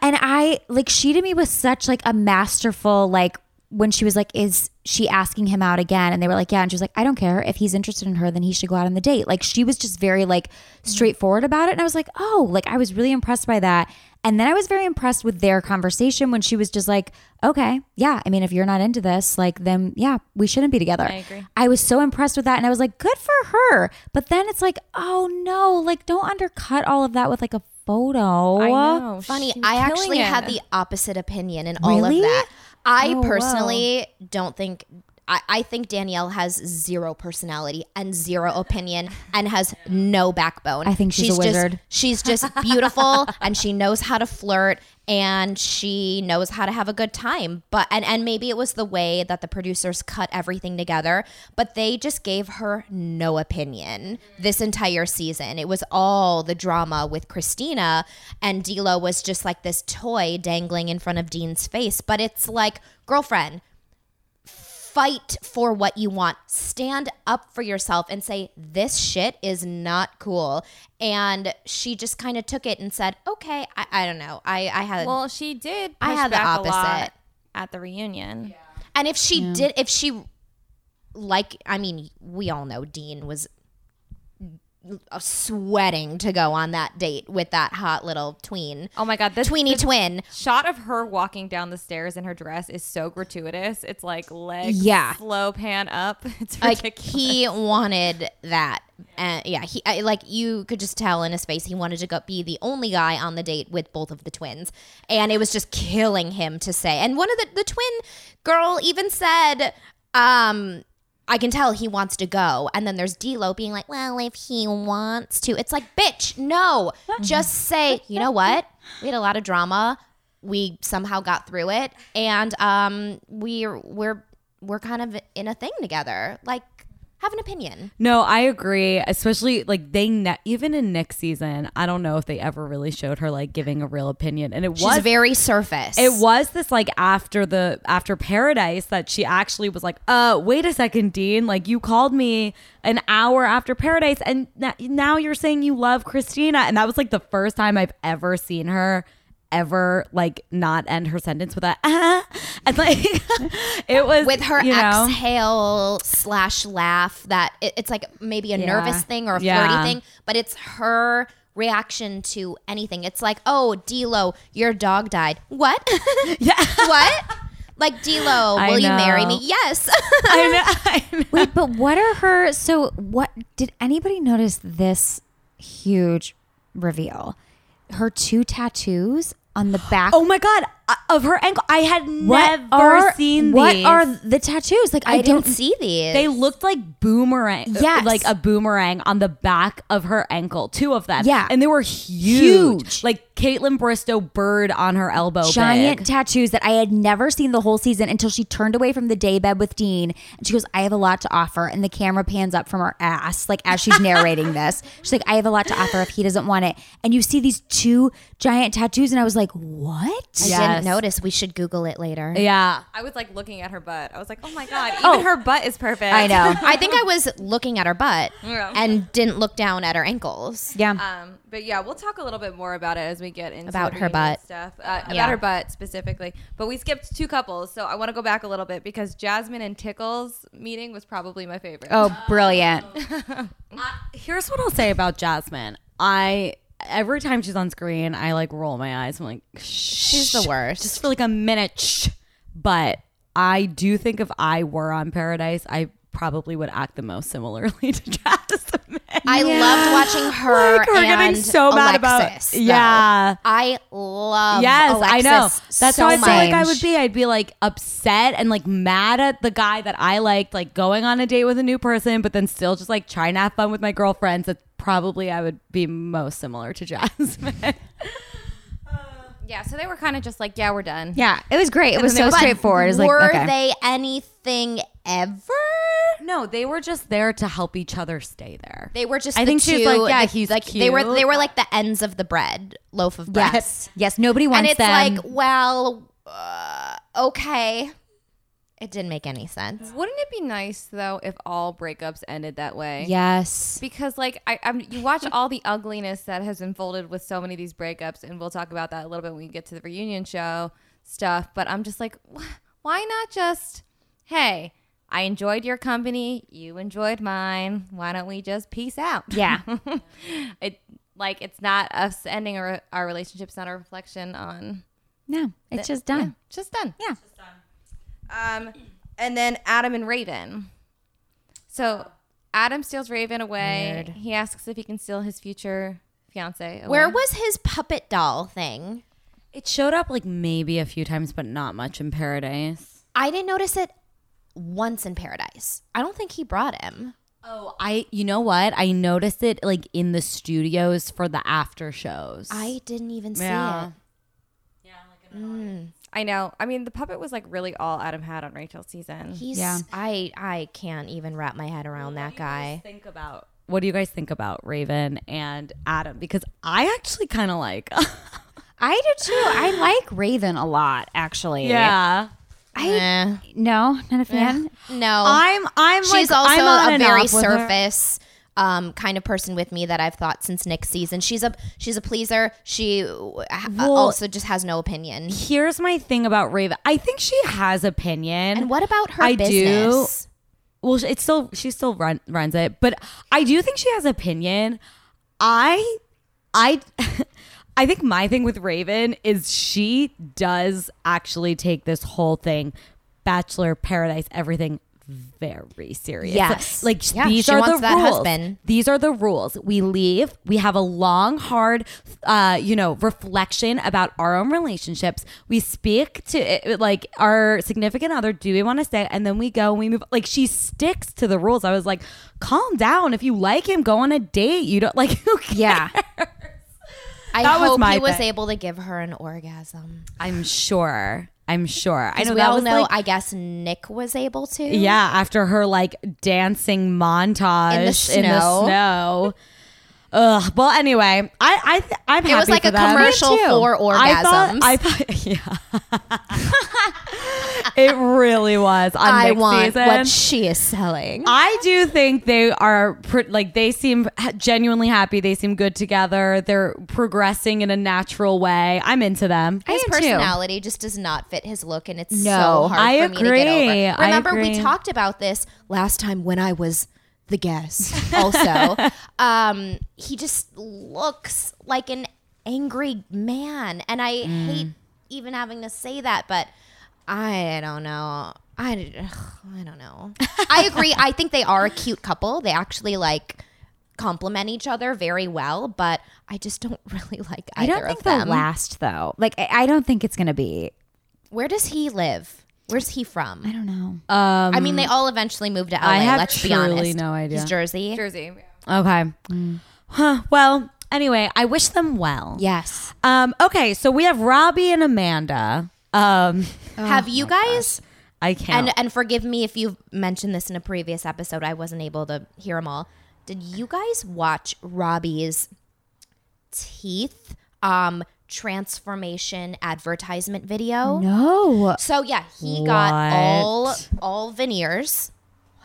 A: And I like she to me was such like a masterful like when she was like, is she asking him out again? And they were like, yeah. And she was like, I don't care. If he's interested in her, then he should go out on the date. Like she was just very like straightforward about it. And I was like, oh, like I was really impressed by that. And then I was very impressed with their conversation when she was just like, okay, yeah. I mean, if you're not into this, like then yeah, we shouldn't be together. I
B: agree.
A: I was so impressed with that and I was like, good for her. But then it's like, oh no, like don't undercut all of that with like a photo.
B: I know. *laughs*
G: Funny,
B: Oh, She's
G: I
B: killing
G: actually
B: it.
G: had the opposite opinion in all
A: Really?
G: of that. I personally don't think. I, I think Danielle has zero personality and zero opinion and has no backbone.
A: I think she's a
G: just-
A: wizard.
G: she's just beautiful *laughs* and she knows how to flirt and she knows how to have a good time. But and and maybe it was the way that the producers cut everything together, but they just gave her no opinion this entire season. It was all the drama with Christina and D'Lo was just like this toy dangling in front of Dean's face. But it's like girlfriend fight for what you want. Stand up for yourself and say, this shit is not cool. And she just kind of took it and said, okay, I, I don't know. I, I had.
B: Well, she did. Push
G: I had the
B: back a lot
G: opposite.
B: at the reunion.
G: and if she did, if she, like, I mean, we all know Dean was sweating to go on that date with that hot little tween.
B: Oh my god, this
G: Tweeny
B: this
G: twin.
B: shot of her walking down the stairs in her dress is so gratuitous. It's like legs,
G: Yeah.
B: slow pan up. *laughs* It's ridiculous.
G: like he wanted that and yeah he I, like you could just tell in his face he wanted to go be the only guy on the date with both of the twins and it was just killing him to say and one of the the twin girl even said um I can tell he wants to go. And then there's D'Lo being like, well, if he wants to. It's like,
E: *laughs*
G: bitch, no. Just say, you know what? We had a lot of drama. We somehow got through it. And um, we're, we're, we're kind of in a thing together. Like, have an opinion.
E: No, I agree. Especially like they ne- even in Nick's season, I don't know if they ever really showed her like giving a real opinion, and it
G: She's
E: was
G: very surface.
E: it was this like after the after paradise that she actually was like uh wait a second dean like you called me an hour after paradise and na- now you're saying you love christina and that was like the first time i've ever seen her ever like not end her sentence with a *laughs* ah. and like *laughs* it was
G: with her
E: you know,
G: exhale slash laugh that it, it's like maybe a nervous thing or a
E: Yeah.
G: flirty thing, but it's her reaction to anything. It's like, oh, D'Lo, your dog died. What?
E: *laughs*
G: *laughs*
E: yeah
G: what? Like D'Lo,
E: I
G: will you marry
E: know.
G: me? Yes. *laughs*
E: I know, I know.
A: Wait, but what are her? So, what did anybody notice this huge reveal? Her two tattoos on the back.
E: oh my god uh, of her ankle i had never seen
A: what
E: these.
A: are the tattoos? Like I,
G: I,
A: don't
G: didn't see these.
E: They looked like boomerang, uh,
A: Yes.
E: like a boomerang on the back of her ankle. Two of them,
A: Yeah.
E: and they were huge,
A: Huge.
E: like Caitlyn Bristow bird on her elbow,
A: giant
E: big.
A: tattoos that I had never seen the whole season until she turned away from the day bed with Dean and she goes, I have a lot to offer. And the camera pans up from her ass, like as she's narrating this. She's like, I have a lot to offer if he doesn't want it. And you see these two giant tattoos, and I was like, What?
G: I
E: Yes.
G: didn't notice. We should Google it later.
E: yeah.
B: I was like looking at her butt. I was like, oh my god, even her butt is perfect.
A: I know.
G: I think I was looking at her
E: *laughs*
G: butt
B: Yeah.
G: and didn't look down at her ankles.
A: Yeah.
B: *laughs* Um, but yeah, we'll talk a little bit more about it as we get into
G: About
B: the
G: her
B: reunion
G: butt.
B: stuff. Uh,
G: Yeah.
B: About her butt specifically. But we skipped two couples, so I want to go back a little bit because Jasmine and Tickle's meeting was probably my favorite.
A: oh, brilliant.
E: Here's what I'll say about Jasmine. I every time she's on screen, I like roll my eyes. I'm like,
G: She's
E: she's
G: the worst.
E: just for like a minute. Shh. But I do think if I were on Paradise, I probably would act the most similarly *laughs* to Jasmine.
G: I loved watching her.
E: Like, her
G: and
E: getting so mad about-
G: Alexis, though.
E: Yeah.
G: I love.
E: Yes,
G: Alexis
E: I know. That's
G: so
E: how I feel like I
G: much.
E: would be. I'd be like upset and like mad at the guy that I liked, like going on a date with a new person, but then still just like trying to have fun with my girlfriends. That's probably I would be most similar to *laughs* Jasmine.
B: Yeah, so they were kind of just like, yeah, we're done.
A: Yeah, it was great. It was so
G: But
A: straightforward. It was like,
G: were
A: okay.
G: they anything ever?
E: no, they were just there to help each other stay there.
G: They were just.
E: I
G: the
E: think
G: two,
E: she's like, yeah,
G: like,
E: he's
G: like they were.
E: cute.
G: They were like the ends of the bread loaf of bread.
A: yes. Yes. Nobody wants
G: and it's
A: them.
G: like, well, uh, okay. It didn't make any sense.
B: Wouldn't it be nice though if all breakups ended that way?
A: yes.
B: Because like I, I'm, you watch all the ugliness that has unfolded with so many of these breakups, and we'll talk about that a little bit when we get to the reunion show stuff. But I'm just like, wh- why not just, hey, I enjoyed your company, you enjoyed mine. Why don't we just peace out?
A: Yeah.
B: *laughs* it like it's not us ending our, our relationship's not a reflection on
A: No, it's just done.
B: just done.
A: Yeah.
B: Um, and then Adam and Raven. So Adam steals Raven away. He asks if he can steal his future fiance. Away.
G: Where was his puppet doll thing?
E: It showed up like maybe a few times, but not much in Paradise.
G: I didn't notice it once in Paradise. I don't think he brought him.
E: Oh, I you know what? I noticed it like in the studios for the after shows.
G: I didn't even see
E: Yeah.
G: it.
B: I know. I mean, the puppet was like really all Adam had on Rachel's season.
G: He's
A: Yeah.
G: I I can't even wrap my head around that guy.
E: think about what do you guys think about Raven and Adam? Because I actually kind of like. *laughs*
A: I do too. I like Raven a lot, actually.
E: yeah.
G: Eh.
A: No, not a fan.
G: No.
E: I'm. I'm. like,
G: She's also
E: I'm on
G: a
E: and
G: very
E: off with her.
G: surface um, kind of person with me that I've thought since Nick's season. She's a she's a pleaser. She uh, also just has no opinion.
E: Here's my thing about Raven. I think she has opinion.
G: And what about her
E: I do-
G: business?
E: well sh- it's still she still run, runs it but i do think she has opinion i i *laughs* i think my thing with raven is she does actually take this whole thing bachelor paradise everything very serious
G: Yes.
E: like, like,
G: Yeah,
E: these
G: she
E: are
G: wants
E: the
G: that
E: rules
G: husband.
E: these are the rules. We leave. We have a long, hard, uh, you know, reflection about our own relationships. We speak to it, like our significant other. Do we want to stay? And then we go and we move. Like she sticks to the rules. I was like, calm down. If you like him, go on a date. You don't like. *laughs* Who cares?
A: Yeah.
G: I
E: That was
G: hope
E: my
G: he was
E: thing.
G: able to give her an orgasm.
E: I'm sure. I'm sure. I
G: Because
E: know
G: we
E: that
G: all
E: was
G: know.
E: like.
G: I guess Nick was able to.
E: yeah, after her like dancing montage in the snow.
G: snow.
E: Ugh. Well, anyway, I I th- I'm
G: It was like a commercial for
E: I thought,
G: orgasms.
E: I thought, yeah. *laughs* it really was. On
G: I
E: Nick's
G: want
E: season.
G: what she is selling.
E: I do think they are pr- like they seem ha- genuinely happy. They seem good together. They're progressing in a natural way. I'm into them.
G: His
A: am too.
G: personality just does not fit his look, and it's so
E: No,
G: hard
E: I
G: for me to
E: agree.
G: get over.
E: I
G: Remember, we
E: agree.
G: talked about this last time when I was the guest. Also, um, he just looks like an angry man, and I hate even having to say that, but I don't know. I, ugh, I don't know. I agree. I think they are a cute couple. They actually like complement each other very well, but I just don't *laughs* really like
A: I
G: either
A: don't think
G: of
A: they'll
G: them.
A: last though. Like I, I don't think it's gonna be.
G: Where does he live? Where's he from?
A: I don't know.
G: I mean, they all eventually moved to LA.
E: Um, I have
G: let's be
E: truly
G: honest.
E: no idea.
G: He's Jersey.
B: Jersey.
E: Okay.
G: Mm.
E: Huh. Well, anyway, I wish them well.
G: Yes.
E: Um. Okay. So we have Robbie and Amanda. Um. *laughs*
G: have you guys?
E: I can't.
G: And and forgive me if you've mentioned this in a previous episode. I wasn't able to hear them all. Did you guys watch Robbie's teeth um transformation advertisement video?
A: no.
G: So yeah, he got all
E: What?
G: all veneers,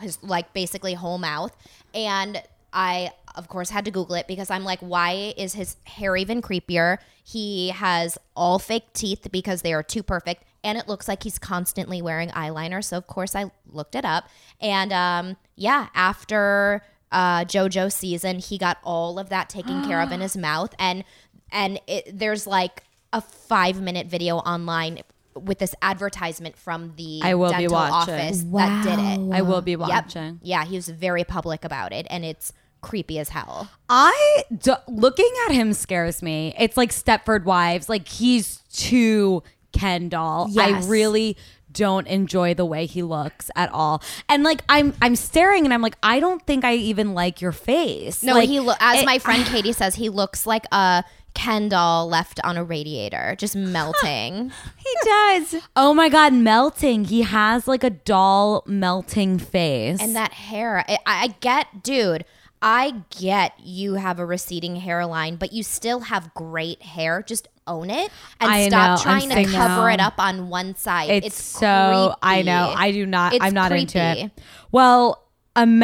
G: his like basically whole mouth, and I of course had to Google it because I'm like, why is his hair even creepier? He has all fake teeth because they are too perfect, and it looks like he's constantly wearing eyeliner. So of course I looked it up, and um, yeah, after uh, JoJo season, he got all of that taken care of in
E: *gasps*
G: his mouth, and and it, there's like a five minute video online with this advertisement from the
E: I will be
G: dental
E: watching.
G: office that did it.
E: I will be
G: Yep.
E: watching.
G: Yeah, he was very public about it, and it's creepy as hell.
E: I d- looking at him scares me. It's like Stepford Wives. Like he's too Ken doll.
G: Yes.
E: I really don't enjoy the way he looks at all. And like I'm I'm staring and I'm like I don't think I even like your face.
G: No,
E: like, *laughs*
G: he lo- as
E: it-
G: my friend Katie says, he looks like a Ken doll left on a radiator,
E: *laughs*
G: just melting.
E: he does. oh my god, melting. He has like a doll melting face.
G: And that hair, I, I get, dude, I get you have a receding hairline, but you still have great hair. Just own it and
E: I know,
G: stop
E: I'm
G: trying to
E: sick now.
G: cover it up on one side.
E: it's,
G: It's,
E: so I know.
G: creepy.
E: I do not
G: It's
E: I'm not into it.
G: creepy.
E: Well,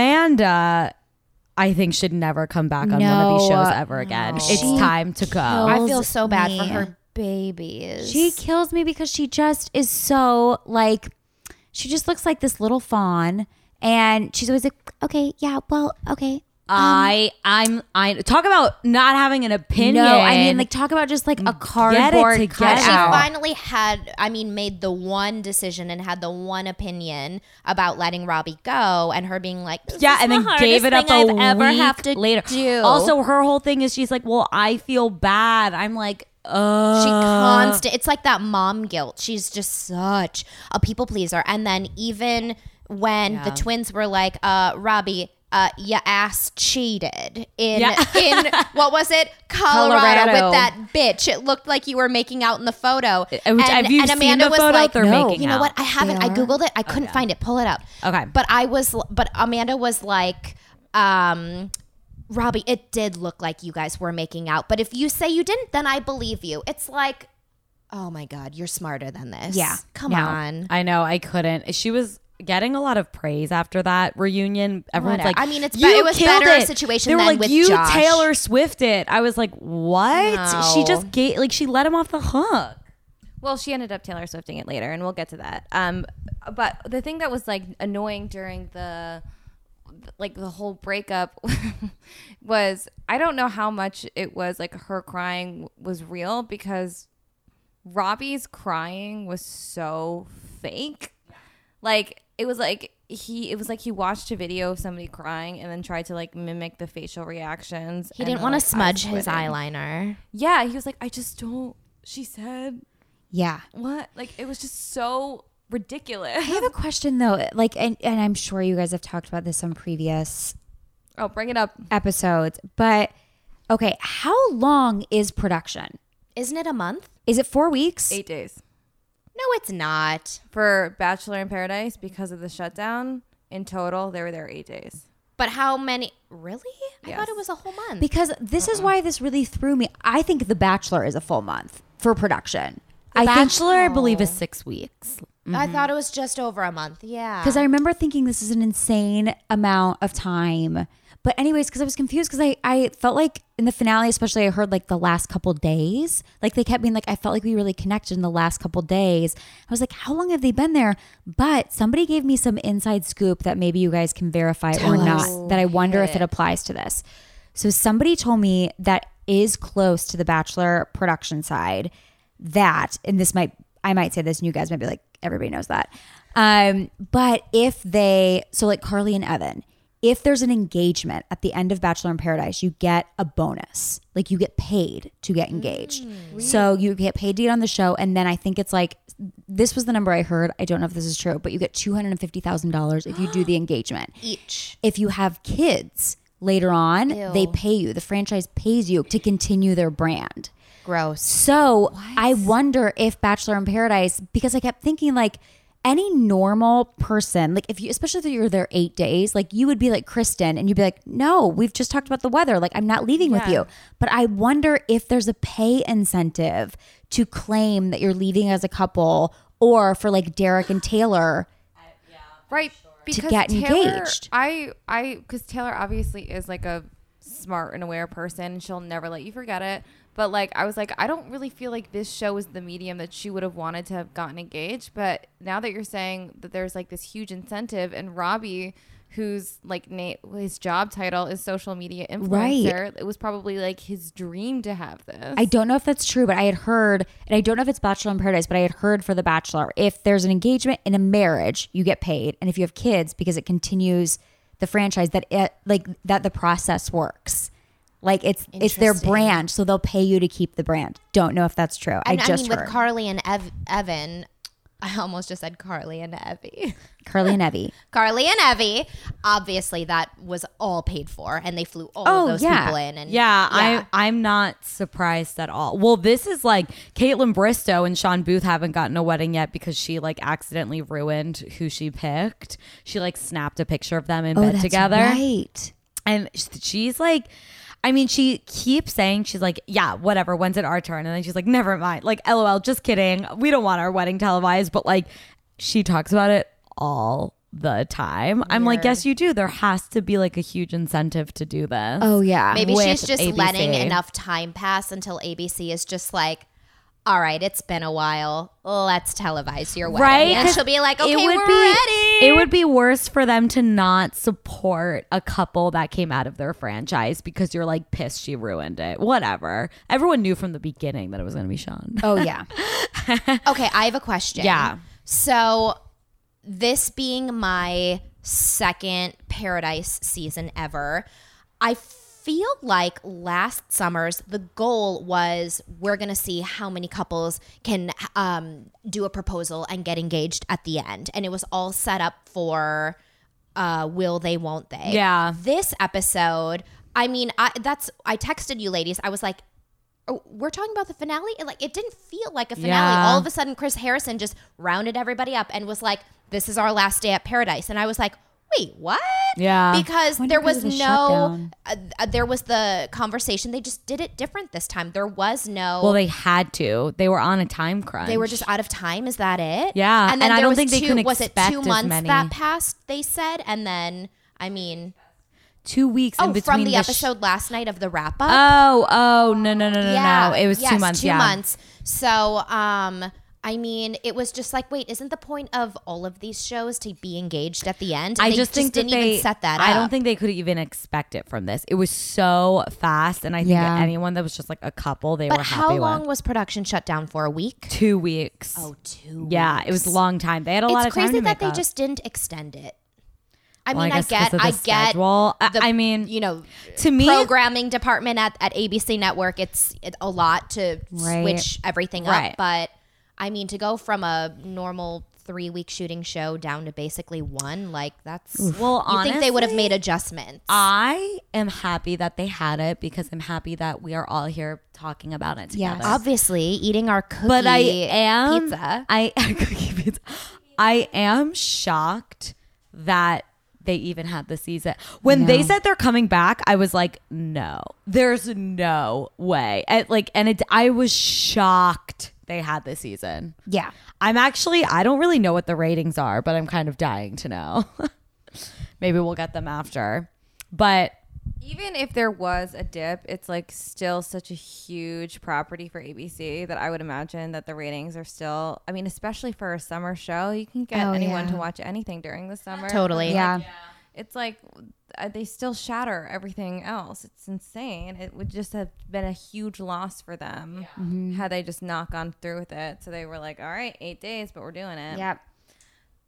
E: Amanda I think should never come back on one of these
A: No.
E: shows
G: uh,
E: ever again. It's time to go.
G: I feel so bad for
A: me.
G: her babies.
A: She kills me because she just is so like she just looks like this little fawn and she's always like, Okay, yeah, well, okay.
E: I I'm I talk about not having an opinion.
A: No, I mean like talk about just like a cardboard
E: together.
G: she
E: Wow.
A: cutout.
G: finally had, I mean, made the one decision and had the one opinion about letting Robbie go, and her being like,
E: yeah, and then gave it up a
G: ever
E: week
G: have to
E: later.
G: do.
E: Also, her whole thing is she's like, "Well, I feel bad." I'm like, oh,
G: She
E: Uh.
G: constant. It's like that mom guilt. She's just such a people pleaser. And then even when the twins were like, uh, Robbie. Uh, your ass cheated in *laughs* in what was it Colorado,
A: Colorado.
G: with that bitch? It looked like you were making out in the photo.
E: Uh, which- have you seen the photo? They're making
G: you know what?
E: out.
G: I haven't. I googled it. I couldn't find it. Pull it up.
E: Okay.
G: But I was. l- But Amanda was like, um, Robbie, it did look like you guys were making out. But if you say you didn't, then I believe you. It's like, oh my god, you're smarter than this.
A: Yeah.
G: Come
A: No.
G: on.
E: I know I couldn't. She was getting a lot of praise after that reunion. Everyone's like,
G: Whatever. I mean, it's
E: you
G: be- it was
E: killed
G: better
E: it.
G: situation
E: They were
G: than
E: like,
G: with
E: you
G: Josh.
E: Taylor Swift it. I was like, what? She
G: No.
E: just gave like she let him off the hook.
B: Well, she ended up Taylor Swifting it later, and we'll get to that. Um, but the thing that was like annoying during the like the whole breakup *laughs* was I don't know how much it was like her crying was real because Robbie's crying was so fake. Like it was like he it was like he watched a video of somebody crying and then tried to like mimic the facial reactions.
G: He
B: and
G: didn't
B: the,
G: want to
B: like, eyes
G: smudge his
B: squinting.
G: eyeliner.
B: Yeah, he was like, I just don't. She said
A: Yeah.
B: what? Like it was just so ridiculous. *laughs*
A: I have a question though. Like, and, and I'm sure you guys have talked about this on previous
B: Oh, bring it up.
A: episodes, but okay, how long is production?
G: Isn't it a month?
A: Is it four weeks?
B: Eight days
G: No, it's not.
B: for Bachelor in Paradise because of the shutdown. In total, they were there eight days.
G: But how many? Really? I
B: Yes.
G: thought it was a whole month.
A: Because this is why this really threw me. I think The Bachelor is a full month for production. I think
E: Bachelor, I believe, is six weeks.
G: I thought it was just over a month. Yeah.
A: because I remember thinking this is an insane amount of time. But anyways, because I was confused because I, I felt like in the finale, especially I heard like the last couple days, like they kept being like, I felt like we really connected in the last couple days. I was like, how long have they been there? But somebody gave me some inside scoop that maybe you guys can verify or not that I wonder if it applies to this. So somebody told me that is close to the Bachelor production side that, and this might, I might say this, and you guys might be like, everybody knows that. Um, but if they, so like Carly and Evan, if there's an engagement at the end of Bachelor in Paradise, you get a bonus. Like you get paid to get engaged. so you get paid to get on the show. And then I think it's like, this was the number I heard. I don't know if this is true, but you get $250,000 if you do the engagement
G: each.
A: if you have kids later on, they pay you. The franchise pays you to continue their brand.
G: Gross.
A: So I wonder if Bachelor in Paradise, because I kept thinking like any normal person, like if you, especially if you're there eight days, like you would be like Kristen and you'd be like, no, we've just talked about the weather. Like I'm not leaving with you. But I wonder if there's a pay incentive to claim that you're leaving as a couple or for like Derek and Taylor.
B: Right. Because
A: get
B: Taylor,
A: engaged.
B: I, I, because Taylor obviously is like a smart and aware person. She'll never let you forget it. But like, I was like, I don't really feel like this show is the medium that she would have wanted to have gotten engaged. But now that you're saying that there's like this huge incentive, and Robbie, who's like Nate, his job title is social media influencer. It was probably like his dream to have this.
A: I don't know if that's true, but I had heard, and I don't know if it's Bachelor in Paradise, but I had heard for The Bachelor, if there's an engagement in a marriage, you get paid, and if you have kids, because it continues the franchise that it like that the process works, like it's it's their
G: Interesting.
A: brand, so they'll pay you to keep the brand. Don't know if that's true. I
G: And I,
A: just
G: mean,
A: heard
G: with Carly and Ev- Evan, I almost just said Carly and Evie. *laughs*
A: Carly and Evie.
G: Carly and Evie, obviously that was all paid for, and they flew all
A: Oh,
G: of those
A: yeah.
G: people in. And
E: Yeah, I I'm not surprised at all. Well, this is like Caitlin Bristow and Sean Booth haven't gotten a wedding yet because she like accidentally ruined who she picked. She like snapped a picture of
G: Oh,
E: them in bed together.
A: right?
E: And sh- she's like, I mean, she keeps saying, she's like, yeah, whatever, when's it our turn? And then she's like, never mind. Like, lol, just kidding. We don't want our wedding televised. But like, she talks about it all the time. I'm like, yes, you do. There has to be like a huge incentive to do this.
A: Oh yeah,
G: maybe
E: with
G: she's just letting
E: ABC.
G: enough time pass until ABC is just like, all right, it's been a while. Let's televise your wedding.
E: Right?
G: And she'll be like, okay, we're
E: be,
G: ready.
E: It would be worse for them to not support a couple that came out of their franchise because you're like pissed she ruined it. Whatever. Everyone knew from the beginning that it was going to be Sean.
A: oh yeah.
G: okay, I have a question.
E: Yeah.
G: So, this being my second Paradise season ever, I feel like last summer's the goal was we're going to see how many couples can um, do a proposal and get engaged at the end. And it was all set up for uh, will they, won't they?
E: Yeah.
G: This episode, I mean, I, that's, I texted you ladies. I was like, oh, we're talking about the finale. It, Like, it didn't feel like a finale.
E: Yeah.
G: All of a sudden, Chris Harrison just rounded everybody up and was like, this is our last day at paradise. And I was like, wait, what?
E: Yeah.
G: Because
A: wonder
G: there
A: if it
G: was
A: was a
G: no,
A: shutdown.
G: uh, uh, there was the conversation. They just did it different this time. There was no,
E: Well, they had to. They were on a time crunch.
G: they were just out of time. Is that it?
E: Yeah,
G: And then
E: and I
G: there
E: don't
G: was
E: think they
G: two,
E: can
G: was it
E: expect
G: two
E: as
G: months
E: many.
G: that passed, they said. And then, I mean,
E: two weeks in
G: oh,
E: between
G: from the,
E: sh-
G: episode last night of the wrap up.
E: oh, oh, no, no, no, no, no. It was two
G: yes,
E: months.
G: Two
E: yeah.
G: months. So, um, I mean, it was just like, wait, isn't the point of all of these shows to be engaged at the end?
E: I
G: They
E: just think
G: didn't
E: that they
G: even set that.
E: I don't
G: up.
E: think they could even expect it from this. It was so fast, and I think
A: Yeah.
E: anyone that was just like a couple, they
G: But
E: were happy
G: how long
E: with
G: was production shut down for? A week?
E: two weeks.
G: Oh, two.
E: yeah, it was a long time. They had a lot
G: It's
E: of time.
G: crazy
E: to
G: that
E: make
G: they
E: up.
G: just didn't extend it. I
E: Well,
G: mean, I,
E: guess 'cause
G: get,
E: of the
G: I get.
E: schedule. I-
G: the,
E: I mean,
G: you know,
E: to me,
G: programming department at, at ABC Network, it's it- a lot to
A: Right.
G: switch everything
E: Right.
G: up. But I mean, to go from a normal three week shooting show down to basically one, like that's.
E: well,
G: you
E: honestly,
G: think they would have made adjustments?
E: I am happy that they had it because I'm happy that we are all here talking about it
A: Yes.
E: together.
G: Obviously, eating our cookie.
E: but I am
G: pizza.
E: I *laughs* cookie pizza. I am shocked that they even had the season. When they said they're coming back, I was like, no, there's no way. And like, and it, I was shocked they had this season.
G: *laughs*
A: Yeah.
E: I'm actually, I don't really know what the ratings are, but I'm kind of dying to know. *laughs* Maybe we'll get them after. But
B: Even if there was a dip, it's like still such a huge property for ABC that I would imagine that the ratings are still. I mean, especially for a summer show, you can get
A: Oh,
B: anyone
A: yeah.
B: to watch anything during the summer.
G: Totally.
A: Yeah.
B: It's like uh, they still shatter everything else. It's insane. It would just have been a huge loss for them
A: Mm-hmm.
B: had they just not gone through with it. So they were like, all right, eight days, but we're doing it.
A: Yep.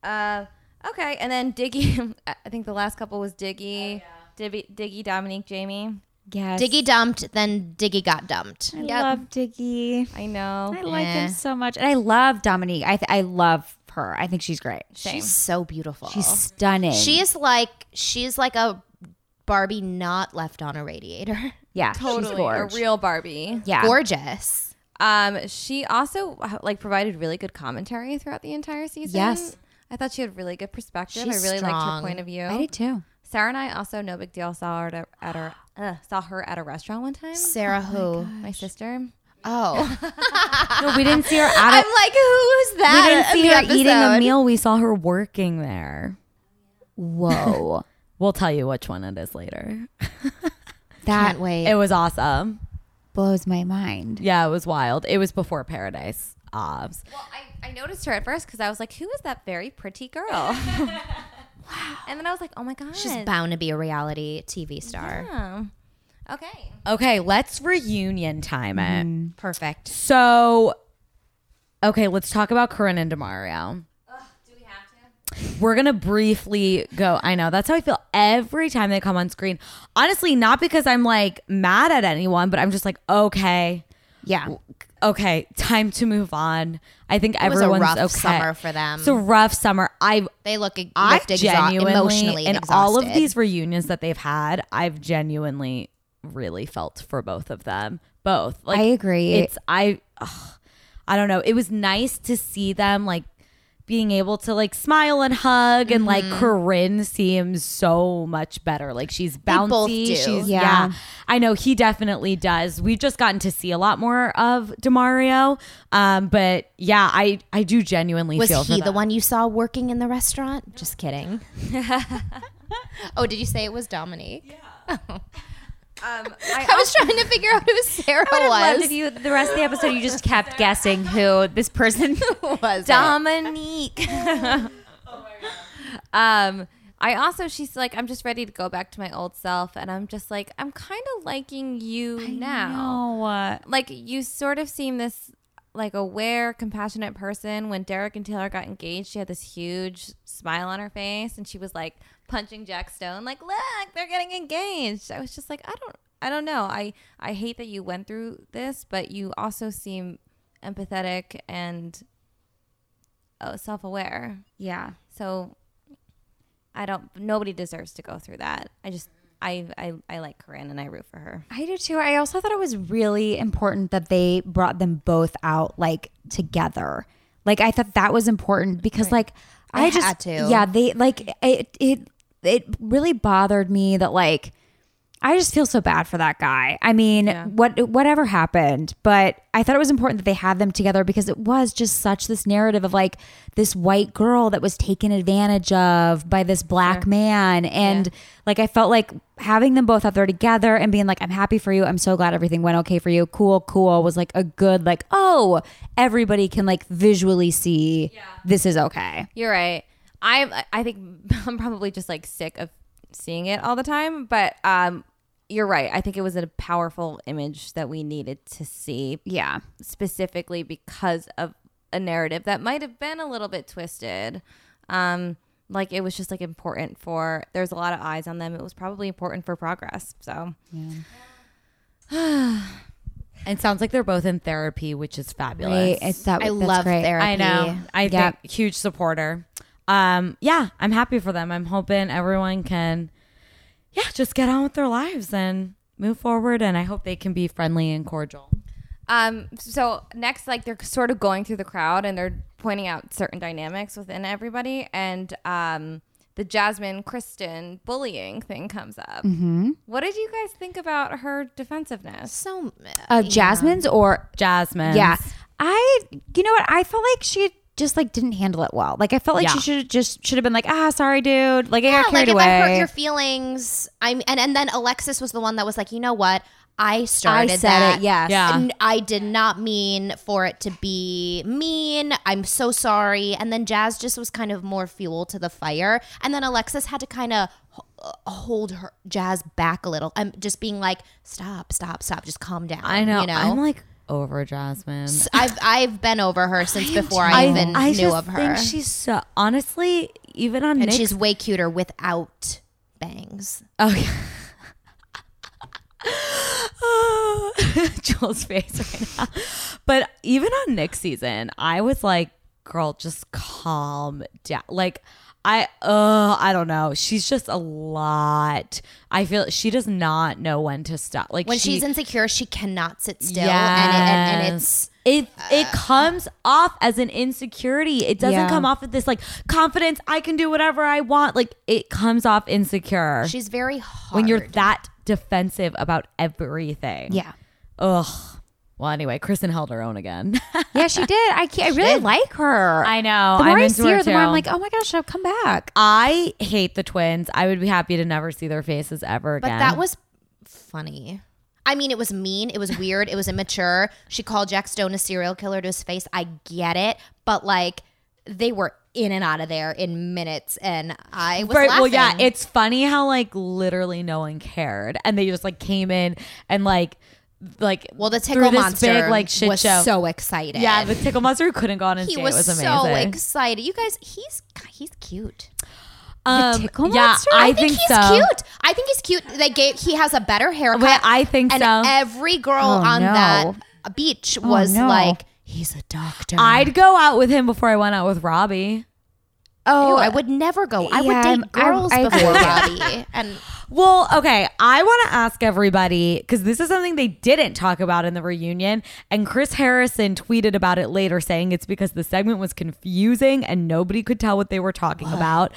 B: Uh, okay, and then Diggy. *laughs* I think the last couple was Diggy, Dibby- Diggy, Dominique, Jamie.
A: Yes.
G: Diggy dumped, then Diggy got dumped.
A: I love Diggy.
B: I know.
A: I like
G: Eh.
A: him so much. And I love Dominique. I, th- I love her. I think she's great.
G: She's so beautiful.
A: She's stunning.
G: She is like she's like a Barbie not left on a radiator.
A: yeah, she's
B: Totally, a
A: gorge.
B: real Barbie.
A: yeah.
G: Gorgeous.
B: Um, she also uh, like provided really good commentary throughout the entire season.
A: Yes.
B: I thought she had really good perspective.
G: She's
B: I really liked her
G: strong.
B: point of view.
A: I did too.
B: Sarah and I also, no big deal, saw her at a, at her uh, saw her at a restaurant one time.
G: Sarah who?
B: My sister.
G: Oh.
E: no, we didn't see her
G: *laughs* I'm
E: out of.
G: like, who's
E: We
G: that?
E: didn't see her
G: in the
E: eating a
G: episode?
E: meal. We saw her working there.
A: Whoa.
E: We'll tell you which one it is later.
A: *laughs* that
G: wait.
E: It was awesome.
A: blows my mind.
E: Yeah, it was wild. It was before Paradise. Obs.
B: Well, I, I noticed her at first because I was like, "Who is that very pretty *laughs* girl?" wow. And then I was like, "Oh my god,
G: She's bound to be a reality TV star.
B: Yeah. Okay.
E: Okay, let's reunion time it.
G: Mm-hmm. Perfect.
E: So, okay, let's talk about Corinne and Demario. We're gonna briefly go. I know that's how I feel every time they come on screen. Honestly, not because I'm like mad at anyone, but I'm just like, okay,
A: Yeah.
E: okay, time to move on. I think
G: It was a
E: everyone's
G: rough
E: okay.
G: summer for them.
E: It's a rough summer. I
G: they look, e-
E: I
G: looked exa-
E: genuinely
G: emotionally
E: in
G: exhausted.
E: all of these reunions that they've had, I've genuinely really felt for both of them. Both, like
A: I agree.
E: It's I, ugh, I don't know. It was nice to see them like being able to like smile and hug, and like
G: Mm-hmm.
E: Corinne seems so much better. Like she's bouncy.
G: both do.
E: She's
A: Yeah.
E: yeah. I know he definitely does. We've just gotten to see a lot more of Demario, um, but yeah, I I do genuinely
G: was
E: feel for
G: he the
E: them.
G: one you saw working in the restaurant?
E: *laughs*
G: Just kidding. oh, did you say it was Dominique?
B: Um, *laughs* I
G: I was trying to figure out who Sarah
A: I loved
G: was.
A: if you the rest of the episode you just kept guessing who this person
G: was it?
B: Dominique. *laughs* um, I also, she's like, I'm just ready to go back to my old self. And I'm just like, I'm kind of liking you now.
E: Oh.
B: Like, you sort of seem this like aware, compassionate person. When Derek and Taylor got engaged, she had this huge smile on her face and she was like punching Jack Stone, like, look, they're getting engaged. I was just like, I don't, I don't know. I I hate that you went through this, but you also seem empathetic and uh, self-aware.
A: Yeah.
B: So I don't. Nobody deserves to go through that. I just I I, I like Corinne and I root for her.
A: I do too. I also thought it was really important that they brought them both out like together. Like I thought that was important because like I just
G: had to.
A: yeah they like it it it really bothered me that like I just feel so bad for that guy. I mean, what whatever happened, but I thought it was important that they had them together because it was just such this narrative of like this white girl that was taken advantage of by this black man and like I felt like having them both out there together and being like I'm happy for you. I'm so glad everything went okay for you. Cool, cool was like a good like oh, everybody can like visually see this is okay.
B: You're right. I'm. I think *laughs* I'm probably just like sick of seeing it all the time. But um, you're right. I think it was a powerful image that we needed to see
A: Yeah.
B: specifically because of a narrative that might have been a little bit twisted. Um, like it was just like important for there's a lot of eyes on them. It was probably important for progress. So
E: And it sounds like they're both in therapy, which is fabulous.
A: Right. It's that
G: I
A: that's
G: love
A: great.
G: therapy.
E: I know. I
A: Yep.
E: think huge supporter. Um, yeah, I'm happy for them. I'm hoping everyone can, yeah, just get on with their lives and move forward. And I hope they can be friendly and cordial.
B: Um, so next, like they're sort of going through the crowd and they're pointing out certain dynamics within everybody, and um, the Jasmine Kristen bullying thing comes up. Mm-hmm. What did you guys think about her defensiveness?
G: So
A: Uh, Jasmine's or
E: Jasmine.
A: Yeah. I you know what? I felt like she just like didn't handle it well. Like I felt like
E: Yeah.
A: she should just should have been like, ah, sorry, dude. Like I got
G: like
A: carried
G: if I hurt
A: away.
G: your feelings, I'm and and then Alexis was the one that was like, you know what? I
A: I
G: started.
A: said
G: that.
A: it. Yes.
E: Yeah.
G: And I did not mean for it to be mean. I'm so sorry. And then Jazz just was kind of more fuel to the fire. And then Alexis had to kind of hold her Jazz back a little. I'm just being like, stop, stop, stop. Just calm down.
E: I know.
G: You know.
E: I'm like over Jasmine.
G: I've I've been over her since before I, even knew
E: just
G: of her.
E: Think she's so honestly even on
G: and
E: Nick's
G: she's way cuter without bangs.
E: Okay. *laughs* Joel's face right now. But even on Nick's season, I was like, girl, just calm down. Like, I uh I don't know. She's just a lot. I feel she does not know when to stop. Like
G: When
E: she-
G: she's insecure, she cannot sit still, and, it, and, and it's uh,
E: Yes. it it comes off as an insecurity. It doesn't
A: Yeah.
E: come off with this like confidence. I can do whatever I want. Like it comes off insecure
G: she's very hard.
E: when you're that defensive about everything.
A: yeah.
E: Ugh. Well, anyway, Kristen held her own
G: *laughs*
E: again.
A: Yeah, she did. I can't, I really like her.
E: I know.
A: The more
E: I'm
A: I
E: into
A: see her,
E: her
A: the more I'm
E: too.
A: like, oh my gosh, come back.
E: I hate the twins. I would be happy to never see their faces ever
G: But
E: again.
G: that was funny. I mean, it was mean. It was weird. It was immature. She called Jack Stone a serial killer to his face. I get it, but like they were in and out of there in minutes, and I was
E: Right,
G: laughing.
E: well, yeah, it's funny how like literally no one cared, and they just like came in and like, like
G: well, the
E: through
G: tickle
E: this
G: monster
E: big like shit
G: was
E: show.
G: so excited.
E: yeah, the tickle monster who couldn't go on and
G: he
E: see
G: was,
E: it was
G: so
E: amazing.
G: excited. You guys, he's he's cute.
E: um,
A: tickle
E: yeah,
A: monster?
E: I,
G: I think, he's
E: so.
G: cute. I think he's cute. They gave he has a better haircut.
E: Wait, I think
G: and
E: so. Oh,
G: every girl
A: Oh,
G: on
A: no.
G: that beach was
A: no.
G: like, he's a doctor.
E: I'd go out with him before I went out with Robbie.
G: Ew,
E: oh,
G: I would never go.
A: yeah,
G: I would
A: I'm-
G: date girls
A: I- I agree
G: before
A: with
E: *laughs*
G: Robbie. And
E: Well, okay. I want to ask everybody because this is something they didn't talk about in the reunion. And Chris Harrison tweeted about it later, saying it's because the segment was confusing and nobody could tell what they were talking about.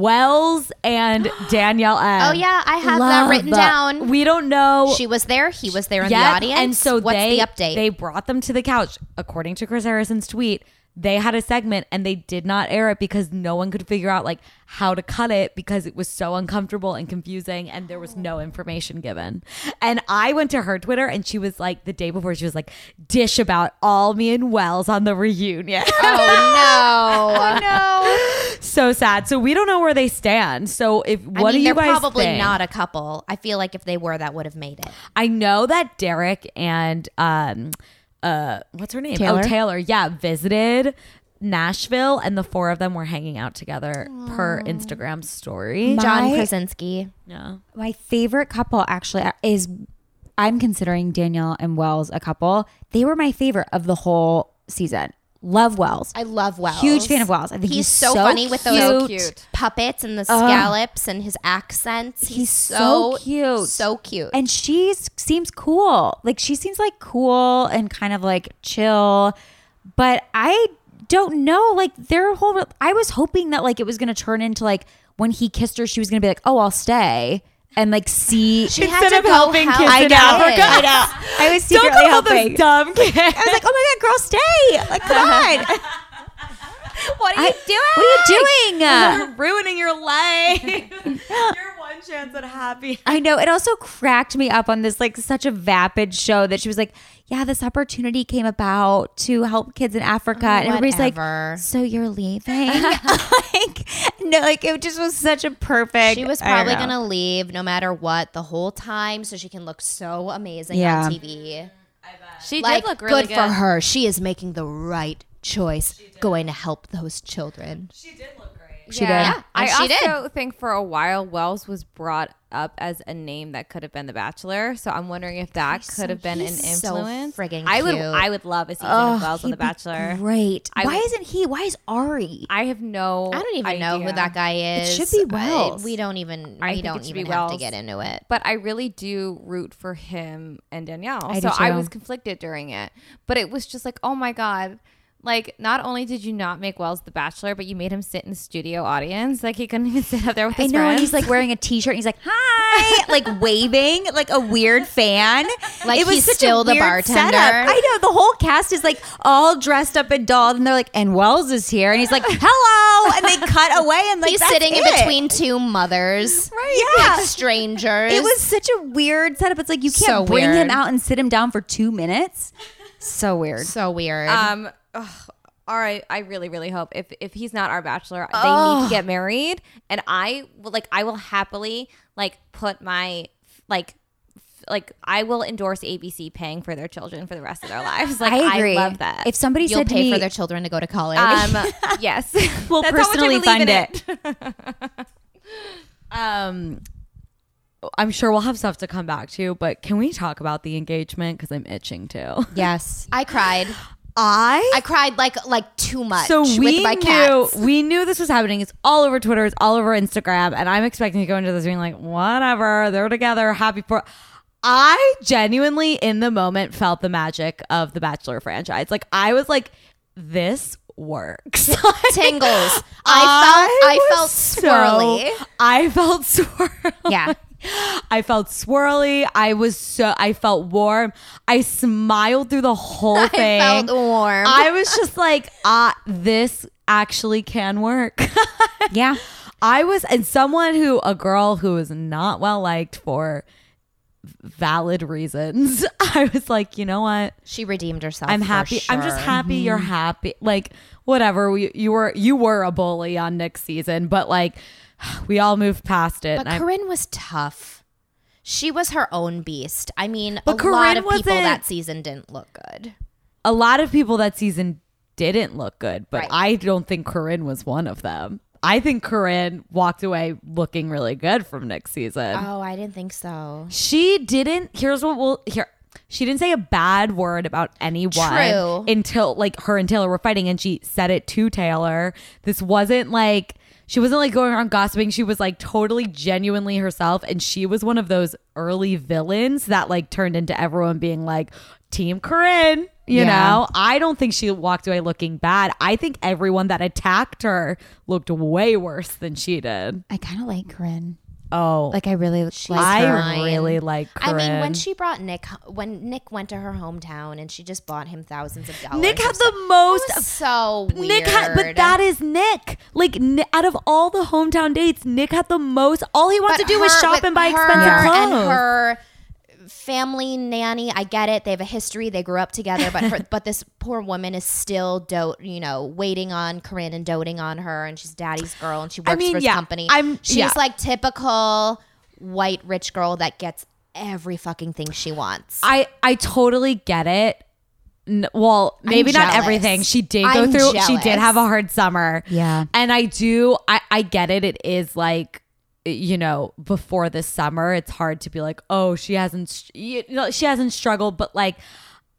E: Wells and
G: *gasps*
E: Danielle M.
G: oh yeah, I have that written down.
E: We don't know.
G: she was there. He was there in
E: yet,
G: the audience.
E: And so
G: what's
E: they,
G: the update? *laughs*
E: They brought them to the couch. According to Chris Harrison's tweet, they had a segment and they did not air it because no one could figure out like how to cut it because it was so uncomfortable and confusing and there was no information given. And I went to her Twitter and she was like the day before she was like dish about all me and Wells on the reunion. *laughs*
G: oh no.
E: so sad. So we don't know where they stand. So if what
G: I mean,
E: do you
G: they're
E: guys
G: probably
E: think?
G: not a couple. I feel like if they were, that would have made it.
E: I know that Derek and um uh what's her name?
A: Taylor?
E: Oh Taylor, yeah, visited Nashville and the four of them were hanging out together per Instagram story.
A: My-
G: John Krasinski.
E: Yeah.
A: My favorite couple actually uh, is I'm considering Danielle and Wells a couple. They were my favorite of the whole season. Love Wells.
G: I love Wells.
A: Huge fan of Wells. I think
G: He's,
A: he's
G: so,
A: so
G: funny with those
A: So
F: cute.
G: puppets and the scallops and his accents. He's,
A: so cute.
G: So cute.
A: And she s- seems cool. Like she seems like cool and kind of like chill. But I don't know. Like their whole. re- I was hoping that like it was gonna turn into like when he kissed her, she was gonna be like, "Oh, I'll stay," and like see.
G: she had to go help.
A: I know.
G: Africa.
A: I know. I was secretly hoping.
E: *laughs* dumb
A: I was like, "Oh my god, girl, stay!" Like, come on.
B: What are
A: I-
B: you doing?
A: What are you doing?
E: ruining your *laughs* life. your one chance at happy.
A: I know. It also cracked me up on this like such a vapid show that she was like, "Yeah, this opportunity came about to help kids in Africa," and everybody's
G: Oh, whatever.
A: like, "So you're
G: *laughs*
A: leaving?" like, no, like it just was such a perfect.
G: She was
A: I don't
G: probably
A: know.
G: going to leave no matter what the whole time so she can look so amazing
A: Yeah.
G: on TV.
F: She
G: Like,
F: did look really
G: good,
F: good.
G: for her. She is making the right choice going to help those children.
A: She
B: Yeah.
A: did.
G: Yeah, and
B: I
G: she did.
B: also think for a while Wells was brought up as a name that could have been The Bachelor, so I'm wondering if that could have been an
G: he's so
B: influence.
G: friggin'
B: I would,
G: cute.
B: I would love a season of Wells on The Bachelor.
A: Great.
B: I
A: Why
B: would-
A: isn't he? Why is Ari?
B: I have no.
G: I don't even know who
B: idea.
G: that guy is.
A: should be
G: I-
A: Wells.
G: we don't even
B: I
G: we
B: think
G: don't
B: it should be
G: even have to
B: Wells.
G: get into it.
B: But I really do root for him and Danielle.
A: I do
B: so I
A: too.
B: was conflicted during it. But it was just like, oh my God. Like, not only did you not make Wells the Bachelor, but you made him sit in the studio audience. Like, he couldn't even *laughs* sit up there with
A: I
B: his
A: know, and
B: friends.
A: he's like wearing a T-shirt. and He's like, "Hi," like waving, like a weird fan.
G: *laughs* Like, he's
A: such a
G: still the
A: weird
G: bartender.
A: I know the whole cast is like all dressed up and dolled, and they're like, "And Wells is here," and he's
G: *laughs*
A: like, "Hello," and they cut away, and like
G: He's
A: that's
G: sitting in
A: it.
G: between two mothers.
A: Right.
G: Like
A: *laughs* Yeah.
G: strangers.
A: It was such a weird setup. It's like you can't
G: So
A: bring
G: weird.
A: him out and sit him down for two minutes. So weird.
G: so weird.
B: Um, ugh, all right. I really, really hope if if he's not our bachelor, they need to get married, and I will like I will happily like put my like f- like I will endorse ABC paying for their children for the rest of their lives. Like
A: I agree.
B: love that.
A: If somebody
G: You'll
A: said to
G: pay
A: me,
G: for their children to go to college. *laughs*
B: um,
A: *laughs*
B: yes,
A: "We'll
B: That's how much I
A: personally
B: believe in
A: fund it." *laughs*
E: Um, Oh, I'm sure we'll have stuff to come back to, but can we talk about the engagement? Because I'm itching too.
G: yes, I cried.
E: I
G: I cried like like too much.
E: so we
G: with my
E: knew *laughs*
G: cats.
E: we knew this was happening. It's all over Twitter. It's all over Instagram. And I'm expecting to go into this being like, whatever, they're together, happy for. I genuinely, in the moment, felt the magic of the Bachelor franchise. Like I was like, this works. *laughs*
G: tingles. I felt I
E: was
G: felt
E: so-
G: swirly.
E: I felt *laughs* swirly.
A: Yeah.
E: I felt swirly. I was so I felt warm. I smiled through the
G: *laughs*
E: whole thing.
G: felt warm.
E: I was just like, ah, this actually can work. *laughs*
A: Yeah.
E: I was, and someone who, a girl who was not well liked for valid reasons, *laughs* I was like, you know what?
G: she redeemed herself.
E: I'm
G: for
E: happy. I'm just
G: sure. Mm-hmm.
E: happy you're happy. Like, whatever. We, you were, you were a bully on Nick's season, but like, *sighs* we all moved past it.
G: But
E: and I'm-
G: Corinne was tough. She was her own beast. I mean,
E: But
G: a lot
E: Corinne
G: of people
E: wasn't-
G: that season didn't look good.
E: a lot of people that season didn't look good, but
G: Right.
E: I don't think Corinne was one of them. I think Corinne walked away looking really good from Nick's season.
G: Oh, I didn't think so.
E: She didn't. Here's what we'll hear. She didn't say a bad word about anyone
G: True.
E: until like her and Taylor were fighting, and she said it to Taylor. This wasn't like she wasn't like going around gossiping. She was like totally genuinely herself, and she was one of those early villains that like turned into everyone being like Team Corinne. You
A: Yeah.
E: know, I don't think she walked away looking bad. I think everyone that attacked her looked way worse than she did.
A: I kind of like Corinne.
E: Oh,
A: Like I really like
E: I
A: her.
G: fine.
E: really like. Corinne.
G: I mean, when she brought Nick, when Nick went to her hometown and she just bought him thousands of dollars.
E: Nick
G: or
E: had
G: something.
E: the most.
G: It was so weird.
E: Nick had, but that is Nick. Like Ni- out of all the hometown dates, Nick had the most. All he wants
G: But
E: to do is
G: her-
E: shop
G: with
E: and buy
G: her
E: expensive
G: And
E: clothes.
G: her family nanny, I get it. They have a history. They grew up together,
E: *laughs*
G: but her, but this poor woman is still dote, you know, waiting on Corinne and doting on her, and she's daddy's girl, and she works
E: mean,
G: for his
E: yeah,
G: company.
E: I'm-
G: she's
E: yeah.
G: like typical white rich girl that gets every fucking thing she wants.
E: I I totally get it. N- well, maybe not
G: jealous.
E: everything. She did go
G: I'm
E: through. She
G: jealous.
E: did have a hard summer.
A: Yeah.
E: and I do. I I get it. It is like you know before this summer it's hard to be like oh she hasn't sh- you know she hasn't struggled but like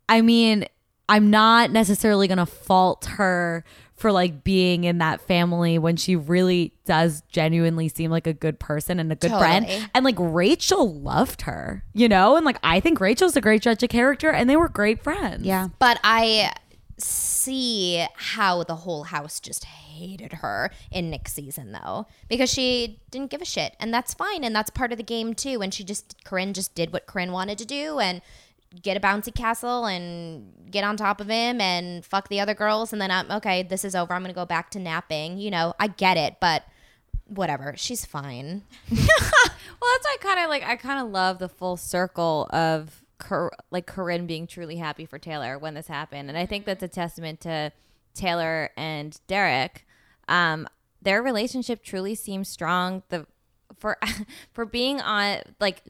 E: i mean i'm not necessarily going to fault her for like being in that family when she really does genuinely seem like a good person and a good friend
G: Totally.
E: and like Rachel loved her you know and like I think Rachel's a great judge of character and they were great friends
A: Yeah.
G: But I see how the whole house just hated her in Nick's season though because she didn't give a shit and that's fine and that's part of the game too and she just Corinne just did what Corinne wanted to do and get a bouncy castle and get on top of him and fuck the other girls and then I'm okay this is over I'm gonna go back to napping you know I get it but whatever she's fine
B: Well, that's why I kind of like. I kind of love the full circle of Cor- like Corinne being truly happy for Taylor when this happened, and I think that's a testament to Taylor and Derek. Um, their relationship truly seems strong. The for *laughs* for being on like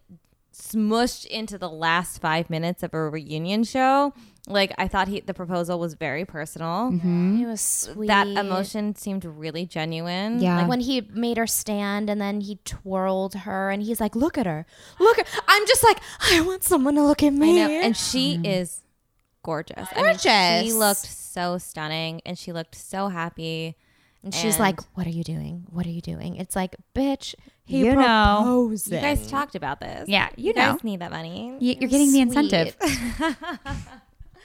B: smushed into the last five minutes of a reunion show. Like I thought, he the proposal was very personal.
G: it was sweet
B: That emotion seemed really genuine.
A: Yeah.
G: Like when he made her stand and then he twirled her and he's like, look at her. Look at I'm just like, I want someone to look at
B: I
G: me.
B: know, and she is gorgeous. I mean, she
G: Gorgeous.
B: looked so stunning, and she looked so happy.
G: And she's
B: and-
G: like, what are you doing? What are you doing? It's like, bitch, he
A: You know.
G: proposed
B: You guys talked about this.
A: Yeah, you know.
B: guys need that money.
A: You- You're getting the incentive.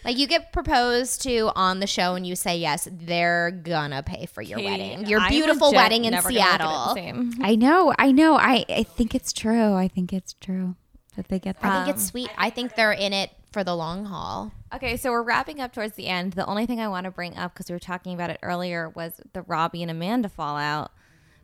G: like you get proposed to on the show and you say yes, they're gonna pay for your wedding. Your
B: I am
G: beautiful
B: legit
G: wedding in
B: never gonna look at it the
G: Seattle.
B: same.
A: I know. I know. I, I think it's true. I think it's true that they get that.
G: I think
B: Um,
G: it's sweet. I think they're in it for the long haul.
B: Okay, so we're wrapping up towards the end. The only thing I want to bring up because we were talking about it earlier was the Robbie and Amanda fallout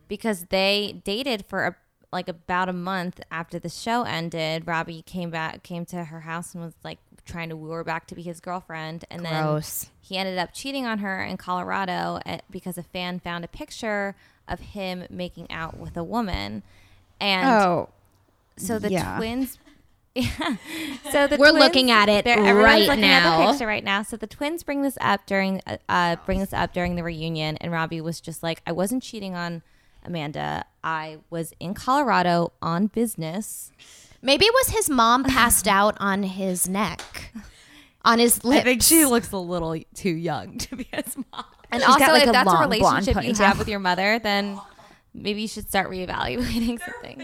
B: because they dated for a, like about a month after the show ended. Robbie came back, came to her house, and was like trying to woo her back to be his girlfriend, and
G: Gross.
B: then he ended up cheating on her in Colorado at, because a fan found a picture of him making out with a woman, and
A: oh,
B: so the
A: Yeah.
B: twins. *laughs* Yeah. So the
G: We're
B: twins-
G: looking at it
B: they're- E-, everyone's
G: right
B: looking at the
G: now.
B: picture right now. So the twins bring this up during uh, uh, bring this up during the reunion, and Robbie was just like, "I wasn't cheating on Amanda. I was in Colorado on business."
G: Maybe it was his
B: *laughs*
G: mom passed out on his neck. On his lips.
E: I think she looks a little too young to be his mom
B: And
A: She's got,
B: also,
A: like,
B: if
A: a
B: that's a
A: long blonde
B: relationship you
A: ponytail.
B: have with your mother, then maybe you should start reevaluating something.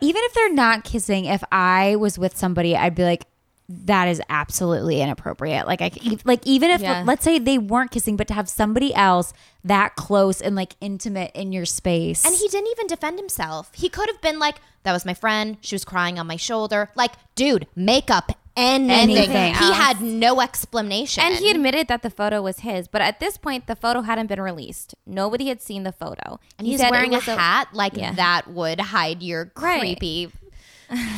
A: even if they're not kissing, if I was with somebody, I'd be like, that is absolutely inappropriate. Like I e- like even if
B: Yeah.
A: let's say they weren't kissing, but to have somebody else that close and like intimate in your space.
G: And he didn't even defend himself. He could have been like, that was my friend. She was crying on my shoulder. Like, dude, makeup, anything.
A: Anything
G: He had no explanation.
B: And he admitted that the photo was his, but at this point, the photo hadn't been released. Nobody had seen the photo.
G: and he's
B: said it
G: wearing a
B: was
G: hat. Like,
B: Yeah.
G: that would hide your
B: Right. *laughs* Oh.
G: creepy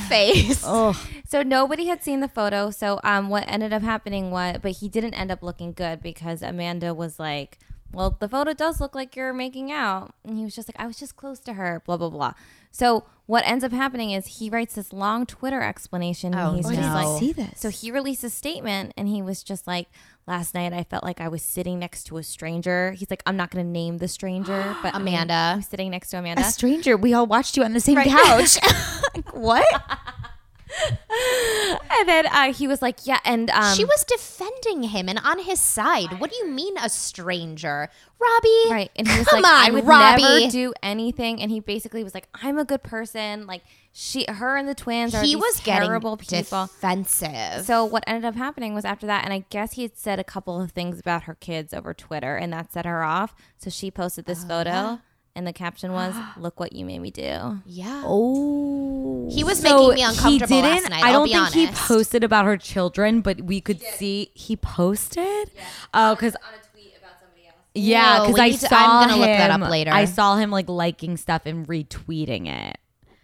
G: face.
B: So nobody had seen the photo. So um, what ended up happening was, but he didn't end up looking good because Amanda was like, "Well, the photo does look like you're making out," and he was just like, "I was just close to her." Blah blah blah. So what ends up happening is he writes this long Twitter explanation. and he's
G: no.
B: just
G: I didn't
B: like,
A: see this.
B: So he released a statement, and he was just like. Last night, I felt like I was sitting next to a stranger. He's like, I'm not going to name the stranger, but I mean,
G: Amanda.
B: I'm sitting next to Amanda.
A: a stranger. We all watched you on the same couch. Like, what?
B: and then uh, he was like, Yeah. And um,
G: she was defending him and on his side. What do you mean, a stranger? Robbie.
B: Right. And he was
G: Come
B: like, I
G: on,
B: would
G: Robbie.
B: never do anything. And he basically was like, I'm a good person. Like she her and the twins are
G: He
B: these
G: was
B: terrible
G: getting
B: people.
G: defensive.
B: so what ended up happening was after that, and I guess he had said a couple of things about her kids over Twitter and that set her off. So she posted this
G: Uh-huh.
B: photo and the caption
G: *gasps*
B: was, Look what you made me do.
G: yeah.
E: Oh,
G: He was
E: So
G: making me uncomfortable
E: He didn't.
G: last night.
E: I
G: I'll
E: don't
G: be
E: think he
G: honest.
E: posted about her children, but we could see he posted. Oh, because yeah,
G: Whoa,
E: because
G: we
E: I
G: need to-
E: saw
G: I'm gonna
E: him.
G: look that up later.
E: I saw him like liking stuff and retweeting it.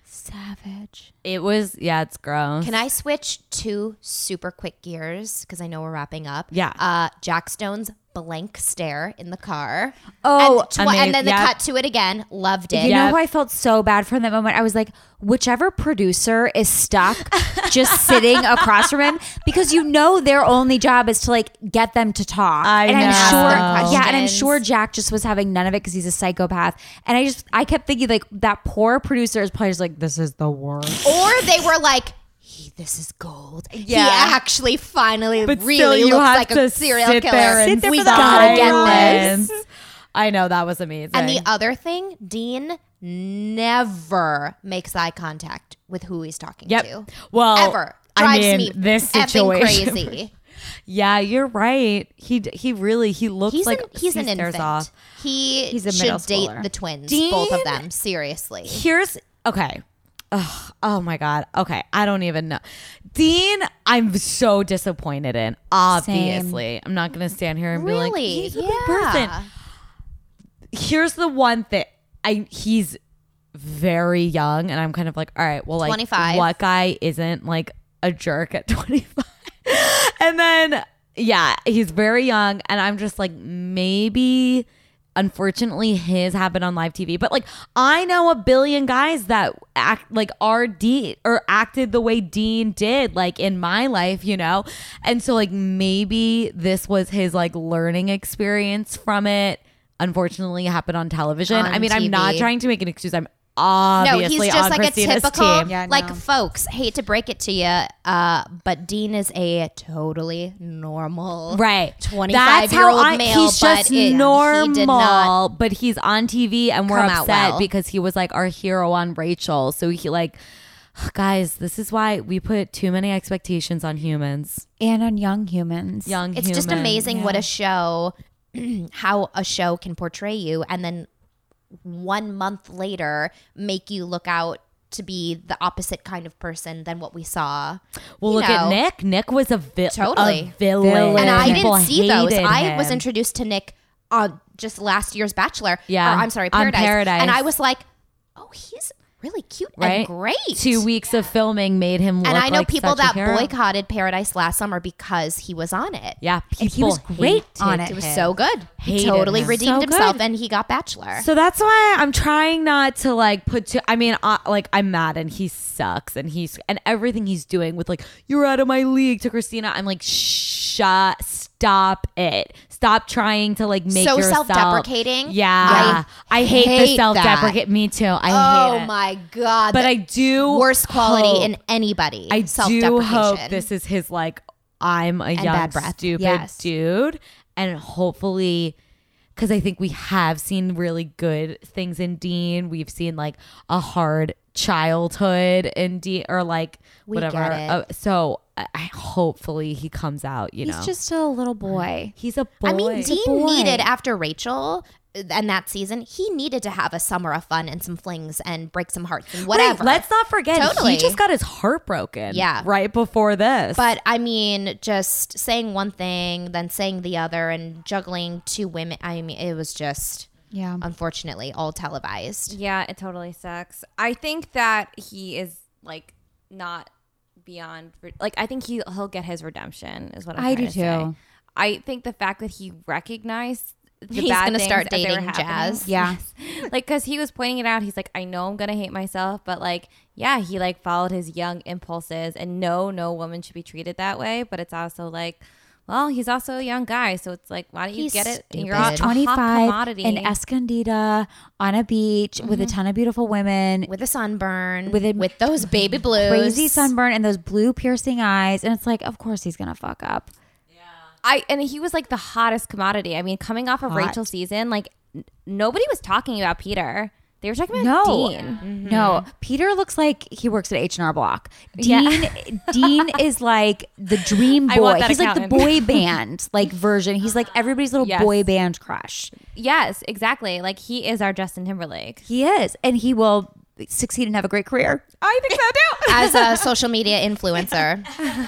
A: Savage.
E: It was yeah, it's gross.
G: Can I switch two super quick gears? Because I know we're wrapping up.
E: Yeah.
G: Uh, Jack Stone's blank stare in the car.
A: Oh,
G: and, twi- and then
A: amazing.
G: the
A: Yep.
G: cut to it again. Loved it.
A: You know who I felt so bad for in that moment? I was like, whichever producer is stuck *laughs* just sitting across from him because you know their only job is to like get them to talk.
E: I
A: and
E: know.
A: I'm
G: Ask
A: sure
G: them
A: Yeah, and I'm
G: questions.
A: sure Jack just was having none of it because he's a psychopath. And I just I kept thinking like that poor producer is probably just like, This is the worst.
G: Or they were like, he, this is gold.
F: Yeah.
G: He actually finally
E: But
G: really
E: still, you
G: looks
E: have
G: like
E: to
G: a serial
E: sit
G: killer.
E: There and
G: we gotta get this.
E: silence. I know that was amazing.
G: And the other thing, Dean never makes eye contact with who he's talking
E: Yep.
G: to.
E: Well,
G: ever
E: I
G: drives
E: mean,
G: me
E: this
G: effing
E: situation-
G: crazy.
E: *laughs* yeah, you're right. He d- he really he looks
G: He's
E: like
G: an he's
E: he
G: an
E: stares
G: infant.
E: off.
G: He
A: He's a middle
G: should date
A: schooler.
G: the twins,
E: Dean-
G: both of them. Seriously,
E: Here's okay. Ugh, oh my god. Okay, I don't even know. Dean, I'm so disappointed in. Obviously, I'm not gonna stand here and
G: really,
E: be like, he's a
G: yeah.
E: good person. Here's the one thing I he's very young, and I'm kind of like, all right, well, like,
G: 25.
E: what guy isn't like a jerk at *laughs* 25? and then yeah, he's very young, and I'm just like, maybe. Unfortunately, his happened on live TV, but like I know a billion guys that act like are Dean or acted the way Dean did, like in my life, you know, and so like maybe this was his like learning experience from it. Unfortunately, happened on television.
G: On
E: I mean, I'm not
G: TV.
E: trying to make an excuse. I'm obviously
G: no, he's just
E: on
G: like
E: Christina's
G: a typical
E: team.
G: like folks. Hate to break it to you, uh, but Dean is a totally normal,
E: Right, That's how
G: 25-year-old
E: I-
G: male,
E: He's
G: but
E: just
G: it- he did
E: normal,
G: not
E: but he's on TV, and we're
G: come out
E: upset
G: well.
E: because he was like our hero on Rachel. So he like, *sighs* guys, this is why we put too many expectations on humans,
A: And on young humans.
E: young.
G: It's just
E: humans.
G: amazing what a show, *clears throat* how a show can portray you, and then one month later make you look out to be the opposite kind of person than what we saw.
E: Well,
G: you
E: look at
G: know.
E: Nick. Nick was a, vi-
G: Totally.
E: a villain,
A: Villain.
G: and I
E: People
G: didn't see those.
E: hated
G: I was
E: him.
G: introduced to Nick on just last year's Bachelor.
E: Yeah.
G: or, I'm sorry,
E: On
G: Paradise.
E: Paradise.
G: and I was like, oh, he's really cute
E: right.
G: and great.
E: Two weeks of filming made him. Look
G: and I know
E: like
G: people
E: such a
G: that
E: hero.
G: boycotted Paradise last summer because he was on it.
E: Yeah, people
A: he was great
E: hated
A: on it.
G: It was
E: him.
G: so good. He
E: Hated
G: totally
E: him.
G: redeemed
E: So
G: himself
E: good.
G: and he got Bachelor.
E: So that's why I'm trying not to like put to. I mean, uh, like I'm mad and he sucks and he's and everything he's doing with like you're out of my league to Christina. I'm like, shut, stop it, stop trying to like make
G: So
E: yourself
G: self-deprecating.
E: Yeah, I, hate, the
G: hate that.
E: self-deprecate. Me too. I
G: oh
E: hate it.
G: my god.
E: But
G: the
E: I do
G: worst quality
E: hope-
G: in anybody.
E: I do
G: Self-deprecation.
E: hope this is his like I'm a young
G: bad breath.
E: stupid
G: Yes.
E: dude, and hopefully. Because I think we have seen really good things in Dean. We've seen like a hard childhood in Dean, or like
G: We
E: whatever.
G: get it.
E: Uh, so I, I hopefully he comes out. You know,
A: He's just a little boy.
E: he's a boy.
G: I mean, Dean
A: boy.
G: needed after Rachel uh, and that season, he needed to have a summer of fun and some flings and break some hearts and
E: Right,
G: whatever.
E: let's not forget
G: Totally.
E: he just got his heart broken.
G: Yeah.
E: right before this.
G: But I mean, just saying one thing, then saying the other, and juggling two women. I mean, it was just,
A: Yeah.
G: unfortunately, all televised.
B: Yeah, it totally sucks. I think that he is like not beyond like I think he he'll get his redemption is what I'm
A: I
B: trying
A: do
B: to say.
A: too.
B: I think the fact that he recognized the
G: He's
B: bad
G: gonna
B: things
G: start
B: as they were
G: dating
B: happening- *laughs*
G: Jazz.
A: Yeah.
B: like because he was pointing it out he's like i know i'm gonna hate myself but like yeah he like followed his young impulses and no no woman should be treated that way but it's also like well he's also a young guy so it's like why don't you
G: He's
B: get it
G: stupid.
B: you're a
G: He's
B: hot
A: 25
B: commodity
A: in Escondida on a beach with a ton of beautiful women
G: With a sunburn,
A: With
G: with,
A: a-
G: with those baby blues.
A: crazy sunburn and those blue piercing eyes and it's like of course he's gonna fuck up
B: I and he was like the hottest commodity. I mean, coming off of Rachel season, like n- nobody was talking about Peter. They were talking about
A: no
B: Dean.
A: no peter looks like he works at h&r block dean
B: *laughs*
A: dean is like the dream
B: I want
A: boy
B: that
A: he's like the boy
B: accountant.
A: band like version he's like everybody's little
B: Yes.
A: boy band crush
B: Yes, exactly. Like he is our Justin Timberlake.
A: he is and he will succeed and have a great career
B: I think so
A: *laughs*
B: too.
G: As a social media influencer.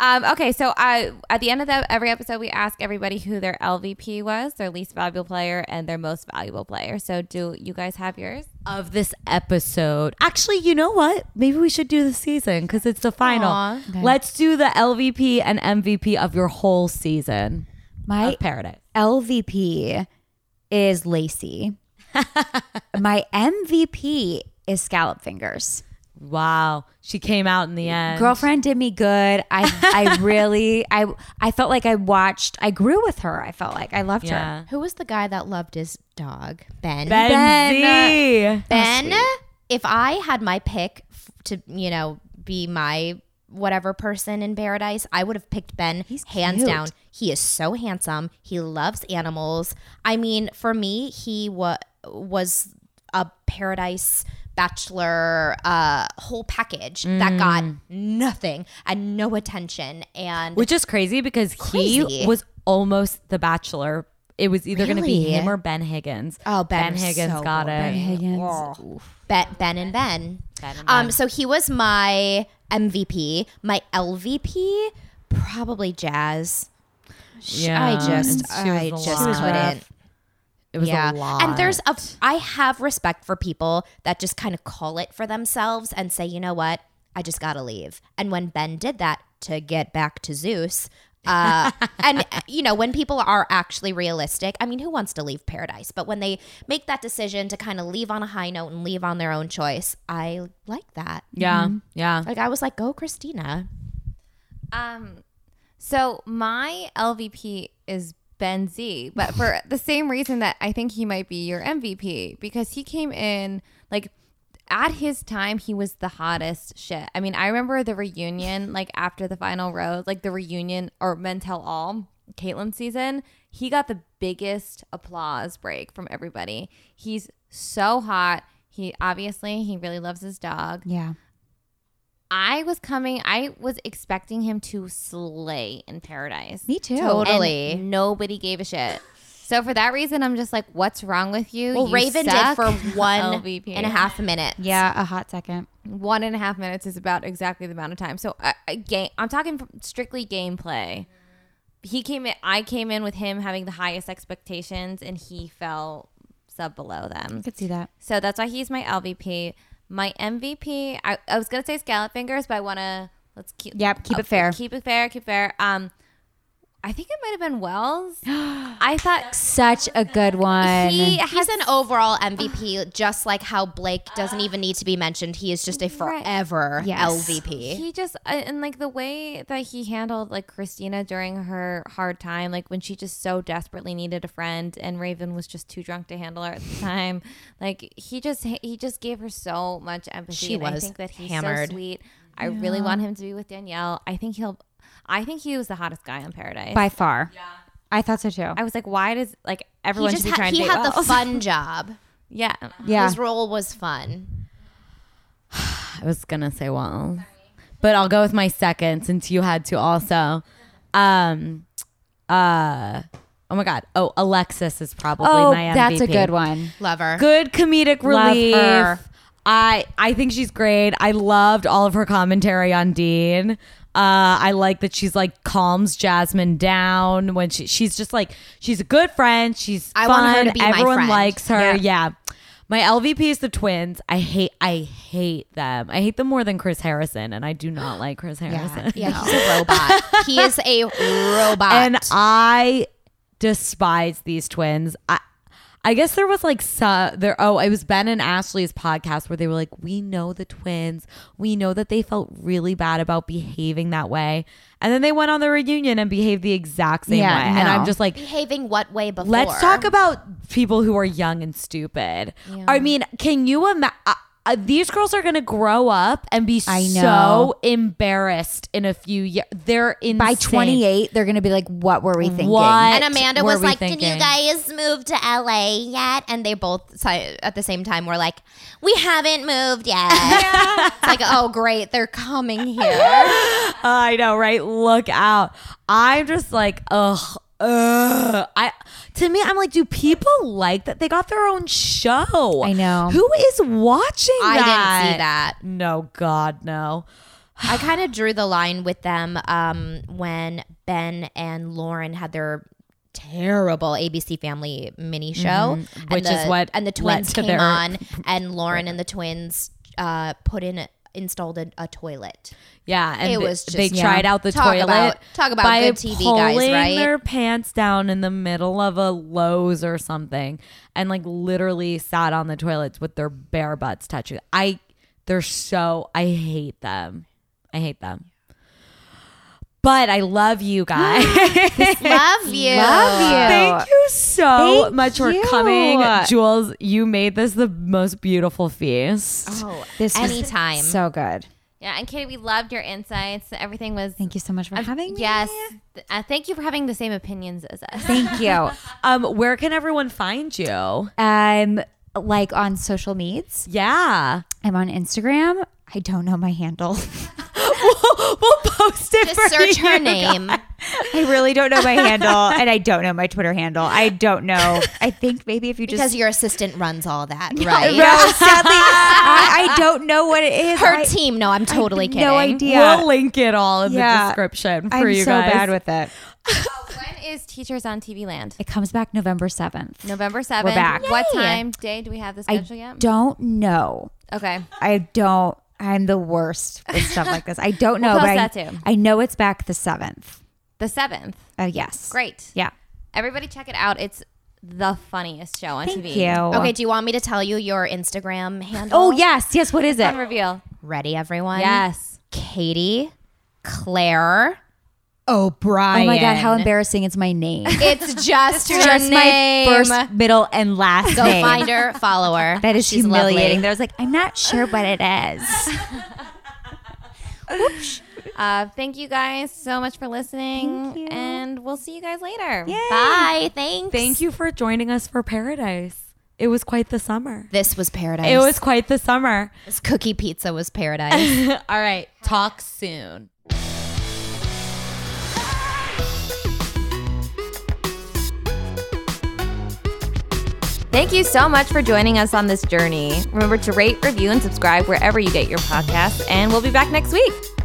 B: um, okay, so I at the end of the, every episode, we ask everybody who their LVP was, their least valuable player, and their most valuable player. So do you guys have yours?
E: of this episode. Actually, you know what? Maybe we should do the season because it's the final. Let's do the LVP and MVP of your whole season.
A: My
E: of paradise.
A: LVP is
B: *laughs*
A: Lacey. My MVP is Scallop Fingers.
E: Wow, she came out in the end.
A: Girlfriend did me good. I I *laughs* really I I felt like I watched. I grew with her. I felt like I loved her.
E: yeah.
G: Who was the guy that loved his dog? Ben.
E: Ben Z.
G: Ben, if I had my pick f- to, you know, be my whatever person in paradise, I would have picked Ben hands
A: cute.
G: down. He is so handsome. He loves animals. I mean, for me, he wa- was a paradise bachelor uh whole package that got nothing and no attention and
E: Which is crazy because
G: Crazy.
E: he was almost the bachelor. It was either going to be
G: Really?
E: him or Ben Higgins.
G: Oh, Ben, was
E: Higgins
G: so
E: got
G: boring.
E: it.
A: Higgins.
G: Oh. Ben, ben and Ben. Um, so he was my MVP. My LVP, probably Jazz. Sh- I
E: Yeah,
G: just,
E: and she was
G: I
E: a
G: just
E: lot. She was rough.
G: couldn't.
E: It was
G: yeah,
E: a lot.
G: and there's a. I have respect for people that just kind of call it for themselves and say, you know what, I just gotta leave. And when Ben did that to get back to Zeus.
E: *laughs*
G: uh, and you know when people are actually realistic i mean who wants to leave paradise but when they make that decision to kind of leave on a high note and leave on their own choice i like that
E: yeah,
G: Mm-hmm.
E: yeah.
G: like I was like, go Christina.
B: Um, so my LVP is Ben Z, but for the same reason that I think he might be your MVP because he came in like at his time he was the hottest shit. I mean, I remember the reunion like after the final rose, like the reunion or Men Tell All Caitlyn season. He got the biggest applause break from everybody. He's so hot. He obviously he really loves his dog.
A: Yeah.
B: I was coming. I was expecting him to slay in paradise.
A: Me too.
G: Totally.
B: And nobody gave a shit. So for that reason, I'm just like, what's wrong with you?
G: Well,
B: You
G: Raven
B: suck. *laughs*
G: did for one
B: LVP.
G: and a half minutes.
A: Yeah, a hot second.
B: One and a half minutes is about exactly the amount of time. So a, a game. I'm talking strictly gameplay. He came in. I came in with him having the highest expectations, and he fell sub below them.
A: I could see that.
B: So that's why he's my LVP. My MVP, I, I was gonna say scallop fingers, but I wanna let's keep
A: Yep, keep it fair.
B: Keep it fair, keep it fair. Um I think it might have
A: *gasps*
B: been Wells. I thought
A: Such a good one.
B: he
G: He's
B: has
G: an overall MVP, just like how Blake doesn't even need to be mentioned. He is just a forever
A: Yes.
G: LVP.
B: he just uh, and like the way that he handled like Christina during her hard time, like when she just so desperately needed a friend and Raven was just too drunk to handle her at the time. Like he just he just gave her so much empathy.
G: She
B: and I
G: was
B: think that he's
G: hammered.
B: so sweet. I really want him to be with Danielle. I think he'll I think he was the hottest guy on Paradise.
A: by far. Yeah. I thought so too.
B: I was like, why does like
G: He
B: everyone
G: just
B: should be
G: ha-
B: trying
G: he
B: to date
G: had the
B: Wells?
E: *laughs*
G: fun job.
B: *laughs* Yeah.
A: yeah.
G: His role was fun.
E: I was gonna say well, but I'll go with my second since you had to also. Um, uh, oh my god. Oh, Alexis is probably
A: Oh,
E: my MVP.
A: that's a good one.
G: Lover.
E: Good comedic
A: Love
E: relief.
A: her.
E: I I think she's great. I loved all of her commentary on Dean. Uh, I like that she's like calms Jasmine down when she she's just like she's a good friend. She's
G: I
E: fun.
G: want her to be my
E: Everyone
G: friend.
E: likes her. Yeah. My LVP is the twins. I hate I hate them. I hate them more than Chris Harrison, and I do not like Chris Harrison.
G: Yeah, he's a robot. he is a robot.
E: And I despise these twins. I I guess there was like so, there oh it was Ben and Ashley's podcast where they were like we know the twins. We know that they felt really bad about behaving that way. And then they went on the reunion and behaved the exact same
A: Yeah,
E: way. And
A: no.
E: I'm just like
G: Behaving what way before?
E: Let's talk about people who are young and stupid. I mean, can you imagine? Uh, these girls are going to grow up and be
A: I know.
E: so embarrassed in a few years. They're insane.
A: By 28, they're going to be like, what were we thinking?
E: What
G: And Amanda
E: were
G: was
E: we
G: like, "Did you
E: thinking?"
G: guys move to LA yet?" And they both si- at the same time were like, "We haven't
E: *laughs*
G: moved yet." It's like, "Oh, great, they're
B: *laughs*
G: coming
E: *laughs*
G: here."
E: I know, right? Look out. I'm just like, ugh. Ugh. I to me, I'm like, do people like that? They got their own show.
A: I know.
E: Who is watching
G: I didn't
E: that?
G: see that.
E: No, God, no.
G: I kind of drew the line with them um, when Ben and Lauren had their terrible ABC Family mini show, and
E: Mm-hmm. which is
G: the-
E: what
G: and the
E: led
G: twins
E: *laughs* to
G: came
E: their-
G: on, and Lauren and the twins uh, put in installed a, a toilet.
E: Yeah, and
G: It
E: th-
G: was just-
E: they
G: yeah.
E: tried out the
G: Talk
E: toilet.
G: about- talk about
E: by
G: good TV guys,
E: pulling
G: right?
E: Their pants down in the middle of a Lowe's or something, and like literally sat on the toilets with their bare butts touching. I, they're so I hate them. I hate them. But I love you guys.
F: Love you.
E: *laughs* Thank you so
A: Thank
E: much for
A: you.
E: coming, Jules. You made this the most beautiful feast.
G: Oh,
A: This is
G: anytime.
A: so good.
F: Yeah, and Katie, we loved your insights. Everything was.
A: Thank you so much for having me.
F: Yes. Th- uh, thank you for having the same opinions as us. *laughs*
A: Thank *laughs* you.
E: Um, where can everyone find you?
A: Um, like on social medias,
G: *laughs*
E: Yeah.
A: I'm on Instagram. I don't know my handle. *laughs*
E: we'll post it
G: Just search her name.
A: I really don't know my handle, and I don't know my Twitter handle. I don't know. I think maybe if you just
G: Because your assistant runs all that,
A: *laughs*
G: right?
A: no, sadly, I, I don't know what it is.
G: Her
A: I-
G: team. No, I'm totally kidding.
A: No idea.
E: We'll link it all in
A: Yeah.
E: the description for
A: I'm
E: you
A: so
E: guys.
A: bad with it.
F: *laughs* when is Teachers on TV Land?
A: It comes back November seventh.
F: November 7th.
A: back.
F: What
A: Yay.
F: time, day do we have this
A: I
F: schedule yet?
A: don't know.
F: Okay.
A: I don't. I'm the worst with stuff like this. I don't know,
F: We'll
A: but
F: post
A: I,
F: that too.
A: I know it's back the seventh.
F: The 7th.
A: Uh, yes.
F: Great.
A: Yeah.
F: Everybody check it out. It's the funniest show on
A: Thank
F: TV.
A: you.
G: Okay, do you want me to tell you your Instagram handle?
A: Oh yes, yes. What is it?
F: Fun reveal.
G: Ready, everyone?
F: Yes.
G: Katie, Claire.
A: Oh
G: O'Brien.
A: my god, how embarrassing! It's my name.
G: *laughs* It's just her
A: Just my
G: name.
A: first, middle, and
E: *laughs*
A: last
G: Go
A: name.
G: find her, follow her.
A: That is
G: She's
A: humiliating.
G: lovely.
A: There's like, I'm not sure what it is.
F: Uh, thank you guys so much for listening. And we'll see you guys later.
G: Bye. Thanks.
E: Thank you for joining us for Paradise. It was quite the summer.
G: This was paradise.
E: It was quite the summer.
G: This cookie pizza was paradise.
E: All right. Talk soon.
B: Thank you so much for joining us on this journey. Remember to rate, review, and subscribe wherever you get your podcasts, and we'll be back next week.